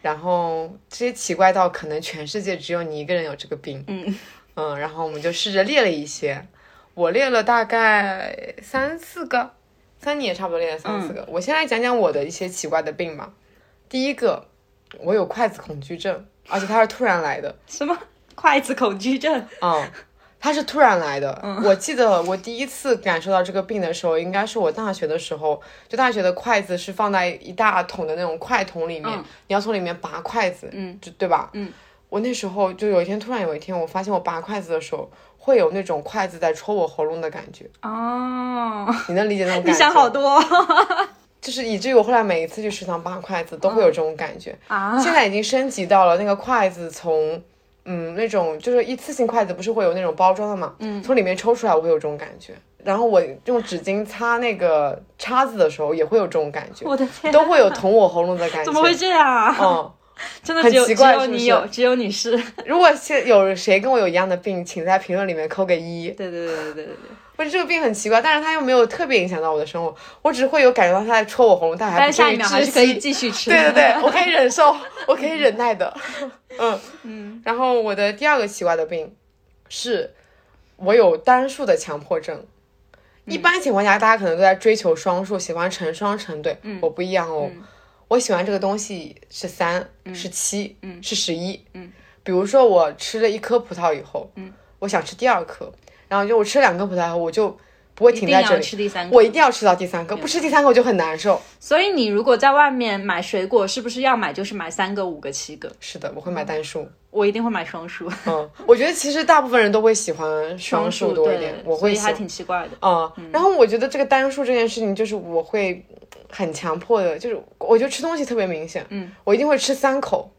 Speaker 1: 然后这些奇怪到可能全世界只有你一个人有这个病。
Speaker 2: 嗯
Speaker 1: 嗯，然后我们就试着列了一些，我列了大概三四个，三你也差不多列了三四个。我先来讲讲我的一些奇怪的病吧。第一个，我有筷子恐惧症，而且它是突然来的。
Speaker 2: 什么筷子恐惧症？
Speaker 1: 嗯，它是突然来的。
Speaker 2: 嗯
Speaker 1: 我记得我第一次感受到这个病的时候，应该是我大学的时候，就大学的筷子是放在一大桶的那种筷桶里面，你要从里面拔筷子，
Speaker 2: 嗯，
Speaker 1: 就对吧？
Speaker 2: 嗯，
Speaker 1: 我那时候就有一天，突然有一天，我发现我拔筷子的时候。会有那种筷子在戳我喉咙的感觉，
Speaker 2: 哦，
Speaker 1: 你能理解那种感觉？
Speaker 2: 你想好多哦、
Speaker 1: 就是以至于我后来每一次去食堂拔筷子都会有这种感觉。
Speaker 2: 嗯啊，
Speaker 1: 现在已经升级到了那个筷子从，嗯，那种就是一次性筷子不是会有那种包装的嘛，嗯，从里面抽出来我会有这种感觉，然后我用纸巾擦那个叉子的时候也会有这种感觉，
Speaker 2: 我的天，
Speaker 1: 都会有捅我喉咙的感觉。
Speaker 2: 怎么会？这样啊？
Speaker 1: 嗯，
Speaker 2: 真的只有
Speaker 1: 很奇怪
Speaker 2: 只有
Speaker 1: 是不
Speaker 2: 你
Speaker 1: 是
Speaker 2: 有，只有你是。
Speaker 1: 如果现有谁跟我有一样的病，请在评论里面扣个一。
Speaker 2: 对对对对对对对。
Speaker 1: 不是这个病很奇怪，但是它又没有特别影响到我的生活，我只会有感觉到它在戳我喉咙，但还
Speaker 2: 但
Speaker 1: 不
Speaker 2: 是
Speaker 1: 至
Speaker 2: 下
Speaker 1: 于
Speaker 2: 一秒还
Speaker 1: 窒
Speaker 2: 是可以
Speaker 1: 息。
Speaker 2: 继续吃。
Speaker 1: 对对 对，我可以忍受， 我可以忍耐的。嗯嗯。然后我的第二个奇怪的病是，我有单数的强迫症。
Speaker 2: 嗯
Speaker 1: 一般情况下，大家可能都在追求双数，喜欢成双成对。
Speaker 2: 嗯
Speaker 1: 我不一样哦，我喜欢这个东西是三、是七、是十一。
Speaker 2: 嗯，
Speaker 1: 比如说我吃了一颗葡萄以后，我想吃第二颗，然后就我吃了两颗葡萄以后，我就不会
Speaker 2: 一
Speaker 1: 停
Speaker 2: 定
Speaker 1: 在这
Speaker 2: 要
Speaker 1: 里，
Speaker 2: 吃第三个。
Speaker 1: 我一定要吃到第三颗，不吃第三颗我就很难受。
Speaker 2: 所以你如果在外面买水果，是不是要买就是买三个、五个、七个？
Speaker 1: 是的，我
Speaker 2: 嗯
Speaker 1: 会买单数。
Speaker 2: 我一定会买双数，
Speaker 1: 嗯， 我觉得其实大部分人都会喜欢双数多一点
Speaker 2: 对，
Speaker 1: 我会
Speaker 2: 所以
Speaker 1: 喜
Speaker 2: 还挺嗯奇怪的。
Speaker 1: 啊、然后我觉得这个单数这件事情，就是我会很强迫的，就是我觉得吃东西特别明显，
Speaker 2: 嗯，
Speaker 1: 我一定会吃三 口，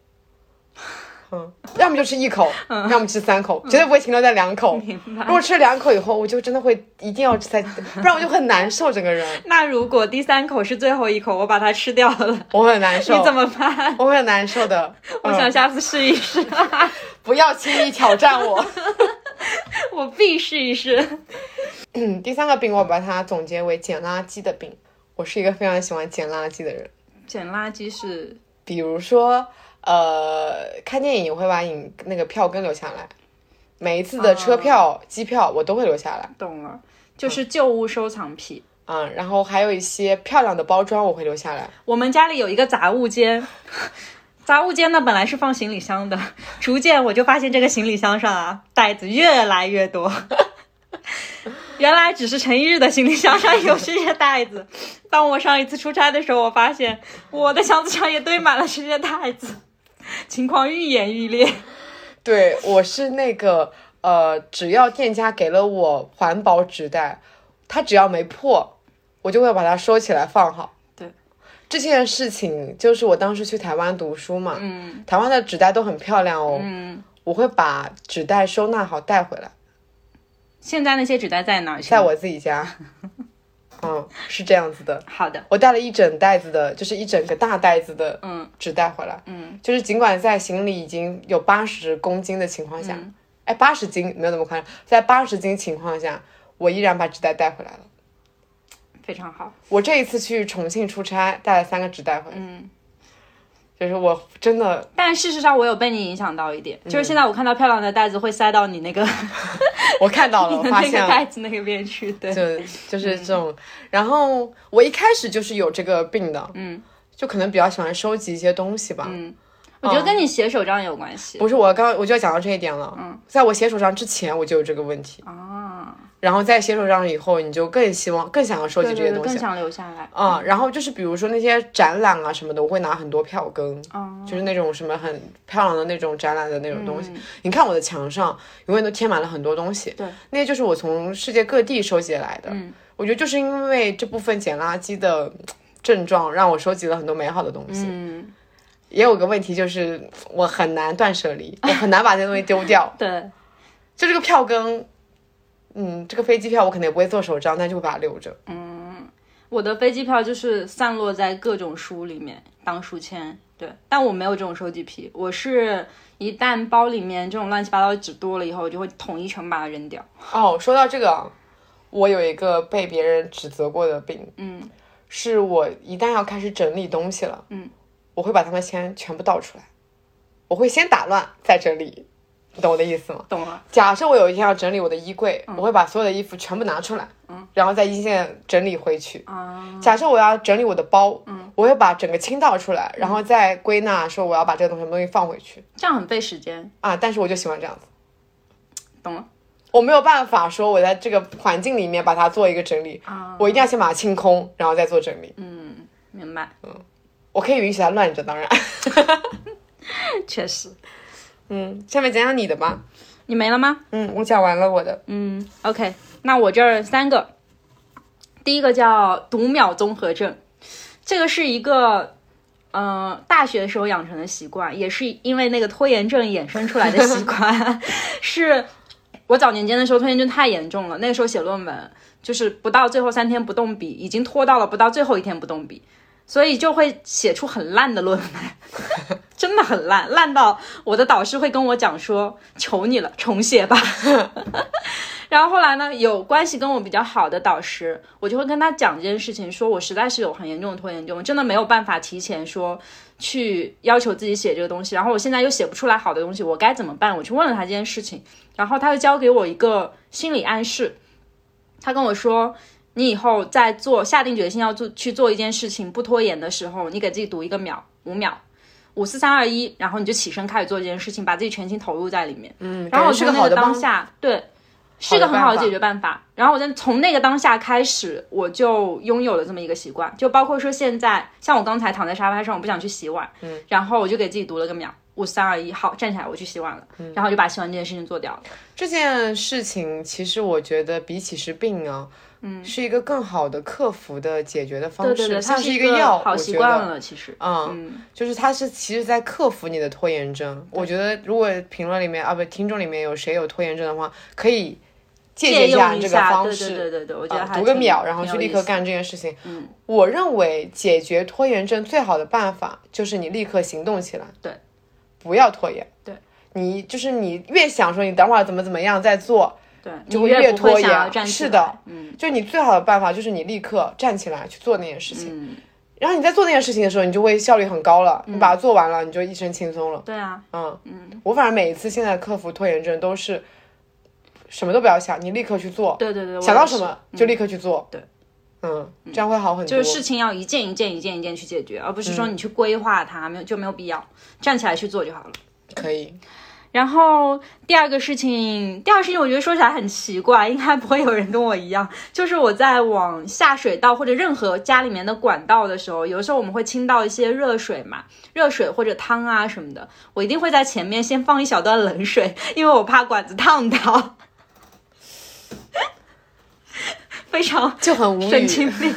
Speaker 1: 嗯，要么就吃一口，要么吃三口，绝对不会停留在两口。
Speaker 2: 嗯明
Speaker 1: 如
Speaker 2: 白。
Speaker 1: 果吃了两口以后，我就真的会一定要吃三，不然我就很难受，整个人
Speaker 2: 那如果第三口是最后一口，我把它吃掉了，
Speaker 1: 我会很难受，
Speaker 2: 你 怎么办？
Speaker 1: 我会很难受 的。
Speaker 2: 我
Speaker 1: 嗯
Speaker 2: 想下次试一试，
Speaker 1: 不要轻易挑战我。
Speaker 2: 我必试一试。
Speaker 1: 嗯，第三个病我把它总结为捡垃圾的病。我是一个非常喜欢捡垃圾的人，
Speaker 2: 捡垃圾是
Speaker 1: 比如说，呃，看电影我会把影那个票根留下来，每一次的车票、机票我都会留下来，
Speaker 2: 懂了，就是旧物收藏癖。
Speaker 1: 嗯，然后还有一些漂亮的包装我会留下来，
Speaker 2: 我们家里有一个杂物间， 杂物间呢本来是放行李箱的， 逐渐我就发现这个行李箱上啊袋子越来越多， 原来只是陈一日的行李箱上有这些袋子。当我上一次出差的时候，我发现我的箱子上也堆满了这些袋子，情况愈演愈烈。
Speaker 1: 对，我是那个呃，只要店家给了我环保纸袋，它只要没破，我就会把它收起来放好。
Speaker 2: 对，
Speaker 1: 这件事情就是我当时去台湾读书嘛，
Speaker 2: 嗯
Speaker 1: 台湾的纸袋都很漂亮哦，
Speaker 2: 嗯，
Speaker 1: 我会把纸袋收纳好带回来，
Speaker 2: 现在那些纸袋在哪儿？
Speaker 1: 在我自己家。嗯，是这样子的，
Speaker 2: 好的，
Speaker 1: 我带了一整袋子的，就是一整个大袋子的
Speaker 2: 嗯
Speaker 1: 纸袋回来。
Speaker 2: 嗯，
Speaker 1: 就是尽管在行李已经有八十公斤的情况下，
Speaker 2: 嗯
Speaker 1: 哎、八十斤没有那么夸张，在八十斤情况下，我依然把纸袋带回来了。
Speaker 2: 非常好。
Speaker 1: 我这一次去重庆出差，带了三个纸袋回来。
Speaker 2: 嗯，
Speaker 1: 就是我真的
Speaker 2: 但事实上，我有被你影响到一点，
Speaker 1: 嗯
Speaker 2: 就是现在我看到漂亮的袋子会塞到你那个、
Speaker 1: 我看到 了，我发
Speaker 2: 那个
Speaker 1: 现了。
Speaker 2: 袋嗯子那边去。对，
Speaker 1: 就就是这种，然后我一开始就是有这个病的，
Speaker 2: 嗯，
Speaker 1: 就可能比较喜欢收集一些东西吧。
Speaker 2: 我觉得跟你写手账有关系。
Speaker 1: 不是，我刚我就要讲到这一点了。嗯，在我写手账之前我就有这个问题，
Speaker 2: 啊，
Speaker 1: 然后在写手账以后，你就更希望更想要收集
Speaker 2: 对
Speaker 1: 这
Speaker 2: 对
Speaker 1: 些
Speaker 2: 对，
Speaker 1: 东西
Speaker 2: 更想留下来。
Speaker 1: 啊、然后就是比如说那些展览啊什么的，我会拿很多票根，
Speaker 2: 哦
Speaker 1: 就是那种什么很漂亮的那种展览的那种东西。你看我的墙上永远都贴满了很多东西，
Speaker 2: 嗯对，
Speaker 1: 那些就是我从世界各地收集来的。
Speaker 2: 嗯
Speaker 1: 我觉得就是因为这部分捡垃圾的嗯症状，让我收集了很多美好的东西。
Speaker 2: 嗯，
Speaker 1: 也有个问题就是我很难断舍离， 我很难把这些东西丢掉。
Speaker 2: 对，
Speaker 1: 就这个票根，嗯，这个飞机票我可能也不会做手账，但就会把它留着。
Speaker 2: 我的飞机票就是散落在各种书里面当书签。对，但我没有这种收集癖，我是一旦包里面这种乱七八糟的纸多了以后，我就会统一全部把它扔掉。
Speaker 1: 哦，说到这个啊，我有一个被别人指责过的病，
Speaker 2: 嗯，
Speaker 1: 是我一旦要开始整理东西了，
Speaker 2: 嗯，
Speaker 1: 我会把它们先全部倒出来，我会先打乱再整理，你懂我的意思吗？
Speaker 2: 懂了。
Speaker 1: 假设我有一天要整理我的衣柜，
Speaker 2: 嗯
Speaker 1: 我会把所有的衣服全部拿出来，然后再一件整理回去。
Speaker 2: 啊，
Speaker 1: 假设我要整理我的包，
Speaker 2: 嗯
Speaker 1: 我会把整个清倒出来，然后再归纳说我要把这个东西东西放回去
Speaker 2: 这样很费时间，
Speaker 1: 啊。但是我就喜欢这样子，
Speaker 2: 懂了。
Speaker 1: 我没有办法说我在这个环境里面把它做一个整理，
Speaker 2: 啊
Speaker 1: 我一定要先把它清空，然后再做整理。
Speaker 2: 嗯，明白，
Speaker 1: 我可以允许它乱着，当然。
Speaker 2: 确实。
Speaker 1: 嗯，下面讲讲你的吧。
Speaker 2: 你没了吗？
Speaker 1: 嗯，我讲完了我的。
Speaker 2: 嗯，OK，那我这儿三个，第一个叫读秒综合症，这个是一个。嗯、大学的时候养成的习惯，也是因为那个拖延症衍生出来的习惯。是我早年间的时候拖延症太严重了，那个时候写论文就是不到最后三天不动笔，已经拖到了不到最后一天不动笔，所以就会写出很烂的论文，真的很烂，烂到我的导师会跟我讲说：“求你了，重写吧。”然后后来呢，有关系跟我比较好的导师，我就会跟他讲这件事情，说我实在是有很严重的拖延症，我真的没有办法提前说去要求自己写这个东西，然后我现在又写不出来好的东西，我该怎么办？我去问了他这件事情，然后他就教给我一个心理暗示，他跟我说。你以后在做下定决心要做去做一件事情不拖延的时候，你给自己读一个秒，五秒，五四三二一，然后你就起身开始做这件事情，把自己全心投入在里面。
Speaker 1: 嗯，
Speaker 2: 然后我
Speaker 1: 是
Speaker 2: 从
Speaker 1: 个
Speaker 2: 那
Speaker 1: 好
Speaker 2: 个
Speaker 1: 的
Speaker 2: 当
Speaker 1: 帮。
Speaker 2: 下，对，是个很好
Speaker 1: 办
Speaker 2: 的
Speaker 1: 法
Speaker 2: 解决办法。然后我在从那个当下开始，我就拥有了这么一个习惯，就包括说现在，像我刚才躺在沙发上，我不想去洗碗，嗯，然后我就给自己读了个秒，五三二一，好，站起来，我去洗碗了，
Speaker 1: 嗯
Speaker 2: 然后就把洗碗这件事情做掉了。
Speaker 1: 这件事情其实我觉得比起是病啊，嗯，是一个更好的克服的解决的方式，
Speaker 2: 对对，它
Speaker 1: 像
Speaker 2: 是
Speaker 1: 一
Speaker 2: 个
Speaker 1: 药，
Speaker 2: 好
Speaker 1: 我
Speaker 2: 习
Speaker 1: 觉
Speaker 2: 惯
Speaker 1: 得
Speaker 2: 了，其实，
Speaker 1: 嗯，就是它是其实在克服你的拖延症。我觉得如果评论里面啊不听众里面有谁有拖延症的话，可以借鉴
Speaker 2: 借用一
Speaker 1: 这个方
Speaker 2: 对
Speaker 1: 式，
Speaker 2: 对对对对，我觉得
Speaker 1: 啊
Speaker 2: 还
Speaker 1: 读个
Speaker 2: 挺
Speaker 1: 秒，然后
Speaker 2: 挺
Speaker 1: 去
Speaker 2: 有
Speaker 1: 立
Speaker 2: 意
Speaker 1: 刻
Speaker 2: 思
Speaker 1: 干这件事情。
Speaker 2: 嗯，
Speaker 1: 我认为解决拖延症最好的办法就是你立刻行动起来，
Speaker 2: 对，
Speaker 1: 不要拖延，
Speaker 2: 对。
Speaker 1: 你就是你越想说你等会儿怎么怎么样再做，
Speaker 2: 对，
Speaker 1: 就
Speaker 2: 你
Speaker 1: 会
Speaker 2: 越
Speaker 1: 越
Speaker 2: 不
Speaker 1: 拖
Speaker 2: 想要
Speaker 1: 延
Speaker 2: 站起
Speaker 1: 是
Speaker 2: 来
Speaker 1: 的，
Speaker 2: 嗯
Speaker 1: 就你最好的办法就是你立刻站起来去做那件事情。
Speaker 2: 嗯，
Speaker 1: 然后你在做那件事情的时候，你就会效率很高了，你把它做完了，你就一身轻松了。
Speaker 2: 对啊，
Speaker 1: 嗯
Speaker 2: 嗯，
Speaker 1: 我反正每一次现在克服拖延症都是什么都不要想，你立刻去做，
Speaker 2: 对对对，我
Speaker 1: 想到
Speaker 2: 也
Speaker 1: 什
Speaker 2: 是
Speaker 1: 么就立刻去做。
Speaker 2: 对，
Speaker 1: 嗯，这样会好很多。
Speaker 2: 就是事情要一件一件一件一件去嗯 解决，而不是说你去规划它，没有就没有必要，站起来去做就好了。
Speaker 1: 可以，
Speaker 2: 然后第二个事情，第二个事情我觉得说起来很奇怪，应该不会有人跟我一样，就是我在往下水道或者任何家里面的管道的时候，有的时候我们会倾倒一些热水嘛，热水或者汤啊什么的，我一定会在前面先放一小段冷水，因为我怕管子烫到。 非常
Speaker 1: 就很无
Speaker 2: 神
Speaker 1: 语
Speaker 2: 经。病，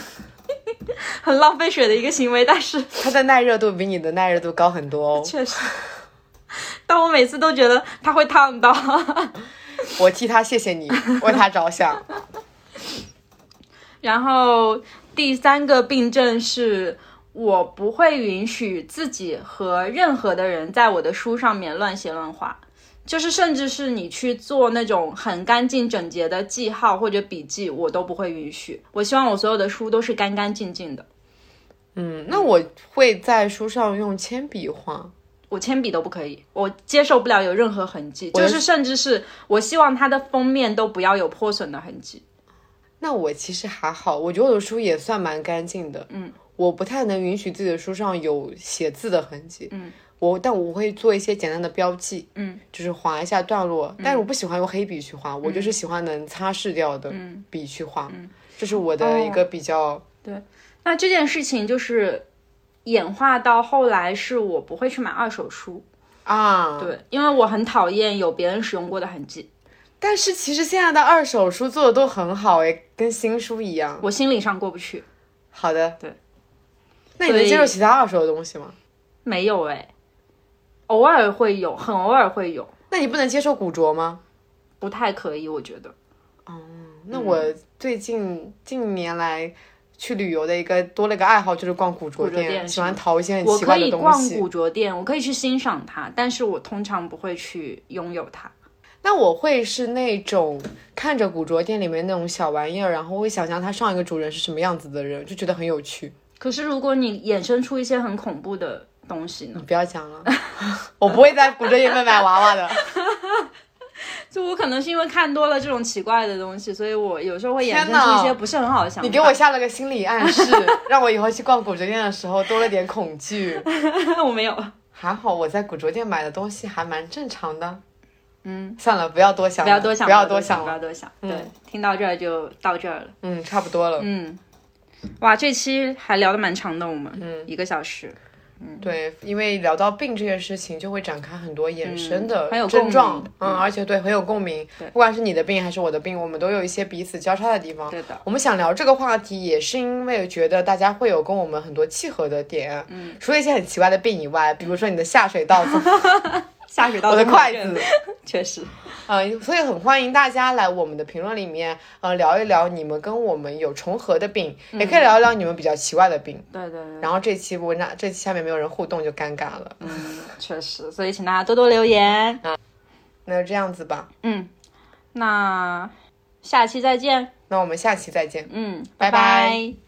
Speaker 2: 很浪费水的一个行为，但是
Speaker 1: 它的耐热度比你的耐热度高很多哦。
Speaker 2: 确实，但我每次都觉得它会烫到。
Speaker 1: 我替它谢谢你，为它着想。
Speaker 2: 然后第三个病症是我不会允许自己和任何的人在我的书上面乱写乱画，就是甚至是你去做那种很干净整洁的记号或者笔记，我都不会允许。我希望我所有的书都是干干净净的，
Speaker 1: 嗯，那我会在书上用铅笔画。
Speaker 2: 我铅笔都不可以，我接受不了有任何痕迹，就是甚至是我希望它的封面都不要有破损的痕迹。
Speaker 1: 那我其实还好，我觉得我的书也算蛮干净的。嗯，我不太能允许自己的书上有写字的痕迹。嗯，我但我会做一些简单的标记。嗯，就是划一下段落，但是我不喜欢用黑笔去画，我就是喜欢能擦拭掉的笔去画。嗯，这是我的一个比较、
Speaker 2: 那这件事情就是演化到后来，是我不会去买二手书，
Speaker 1: 啊。
Speaker 2: 对，因为我很讨厌有别人使用过的痕迹，
Speaker 1: 但是其实现在的二手书做的都很好诶，跟新书一样。
Speaker 2: 我心理上过不去。
Speaker 1: 好的，
Speaker 2: 对。
Speaker 1: 那你
Speaker 2: 所
Speaker 1: 能
Speaker 2: 以
Speaker 1: 接受其他二手的东西吗？
Speaker 2: 没有哎，偶尔会有，很偶尔会有，
Speaker 1: 那你不能接受古着吗？
Speaker 2: 不太可以，我觉得。
Speaker 1: 哦那
Speaker 2: 嗯
Speaker 1: 我最近近年来去旅游的一个多了一个爱好，就是逛古着
Speaker 2: 古着店
Speaker 1: 喜
Speaker 2: 是
Speaker 1: 欢淘一些很
Speaker 2: 我
Speaker 1: 奇
Speaker 2: 可
Speaker 1: 怪的
Speaker 2: 以
Speaker 1: 东
Speaker 2: 逛
Speaker 1: 西。
Speaker 2: 古着店，我可以去欣赏它，但是我通常不会去拥有它。
Speaker 1: 那我会是那种看着古着店里面那种小玩意儿，然后会想象它上一个主人是什么样子的人，就觉得很有趣。
Speaker 2: 可是如果你衍生出一些很恐怖的东西呢？
Speaker 1: 你不要讲了， 我不会在古着店里面买娃娃的。
Speaker 2: 就我可能是因为看多了这种奇怪的东西，所以我有时候会衍生
Speaker 1: 天哪
Speaker 2: 出一些不是很好的想法。
Speaker 1: 你给我下了个心理暗示，让我以后去逛古着店的时候多了点恐惧。
Speaker 2: 我没有。
Speaker 1: 还好我在古着店买的东西还蛮正常的。嗯，算了，不要多想了，
Speaker 2: 不要多想，
Speaker 1: 不要多想
Speaker 2: 想，不
Speaker 1: 了。
Speaker 2: 要多想。对，听到这儿就到这儿了。
Speaker 1: 嗯，差不多了。
Speaker 2: 嗯，哇，这期还聊得蛮长的，我们，嗯，一个小时，
Speaker 1: 对，因为聊到病这件事情，就会展开很多衍生的
Speaker 2: 嗯很有共
Speaker 1: 症状，
Speaker 2: 鸣
Speaker 1: 嗯，而且对很有共鸣。不管是你的病还是我的病，我们都有一些彼此交叉的地方。
Speaker 2: 对的，
Speaker 1: 我们想聊这个话题，也是因为觉得大家会有跟我们很多契合的点。嗯，除了一些很奇怪的病以
Speaker 2: 嗯
Speaker 1: 外，比如说你的下水道、
Speaker 2: 下水道
Speaker 1: 我的
Speaker 2: 综合
Speaker 1: 筷
Speaker 2: 症
Speaker 1: 子，
Speaker 2: 确实，
Speaker 1: 呃，所以很欢迎大家来我们的评论里面，呃，聊一聊你们跟我们有重合的病，
Speaker 2: 嗯
Speaker 1: 也可以聊一聊你们比较奇怪的病。
Speaker 2: 对对对，
Speaker 1: 然后这期文章，这期下面没有人互动就尴尬了。
Speaker 2: 嗯，确实，所以请大家多多留言，
Speaker 1: 那就这样子吧，
Speaker 2: 嗯，那下期再见，
Speaker 1: 那我们下期再见。
Speaker 2: 嗯，
Speaker 1: 拜
Speaker 2: 拜
Speaker 1: 拜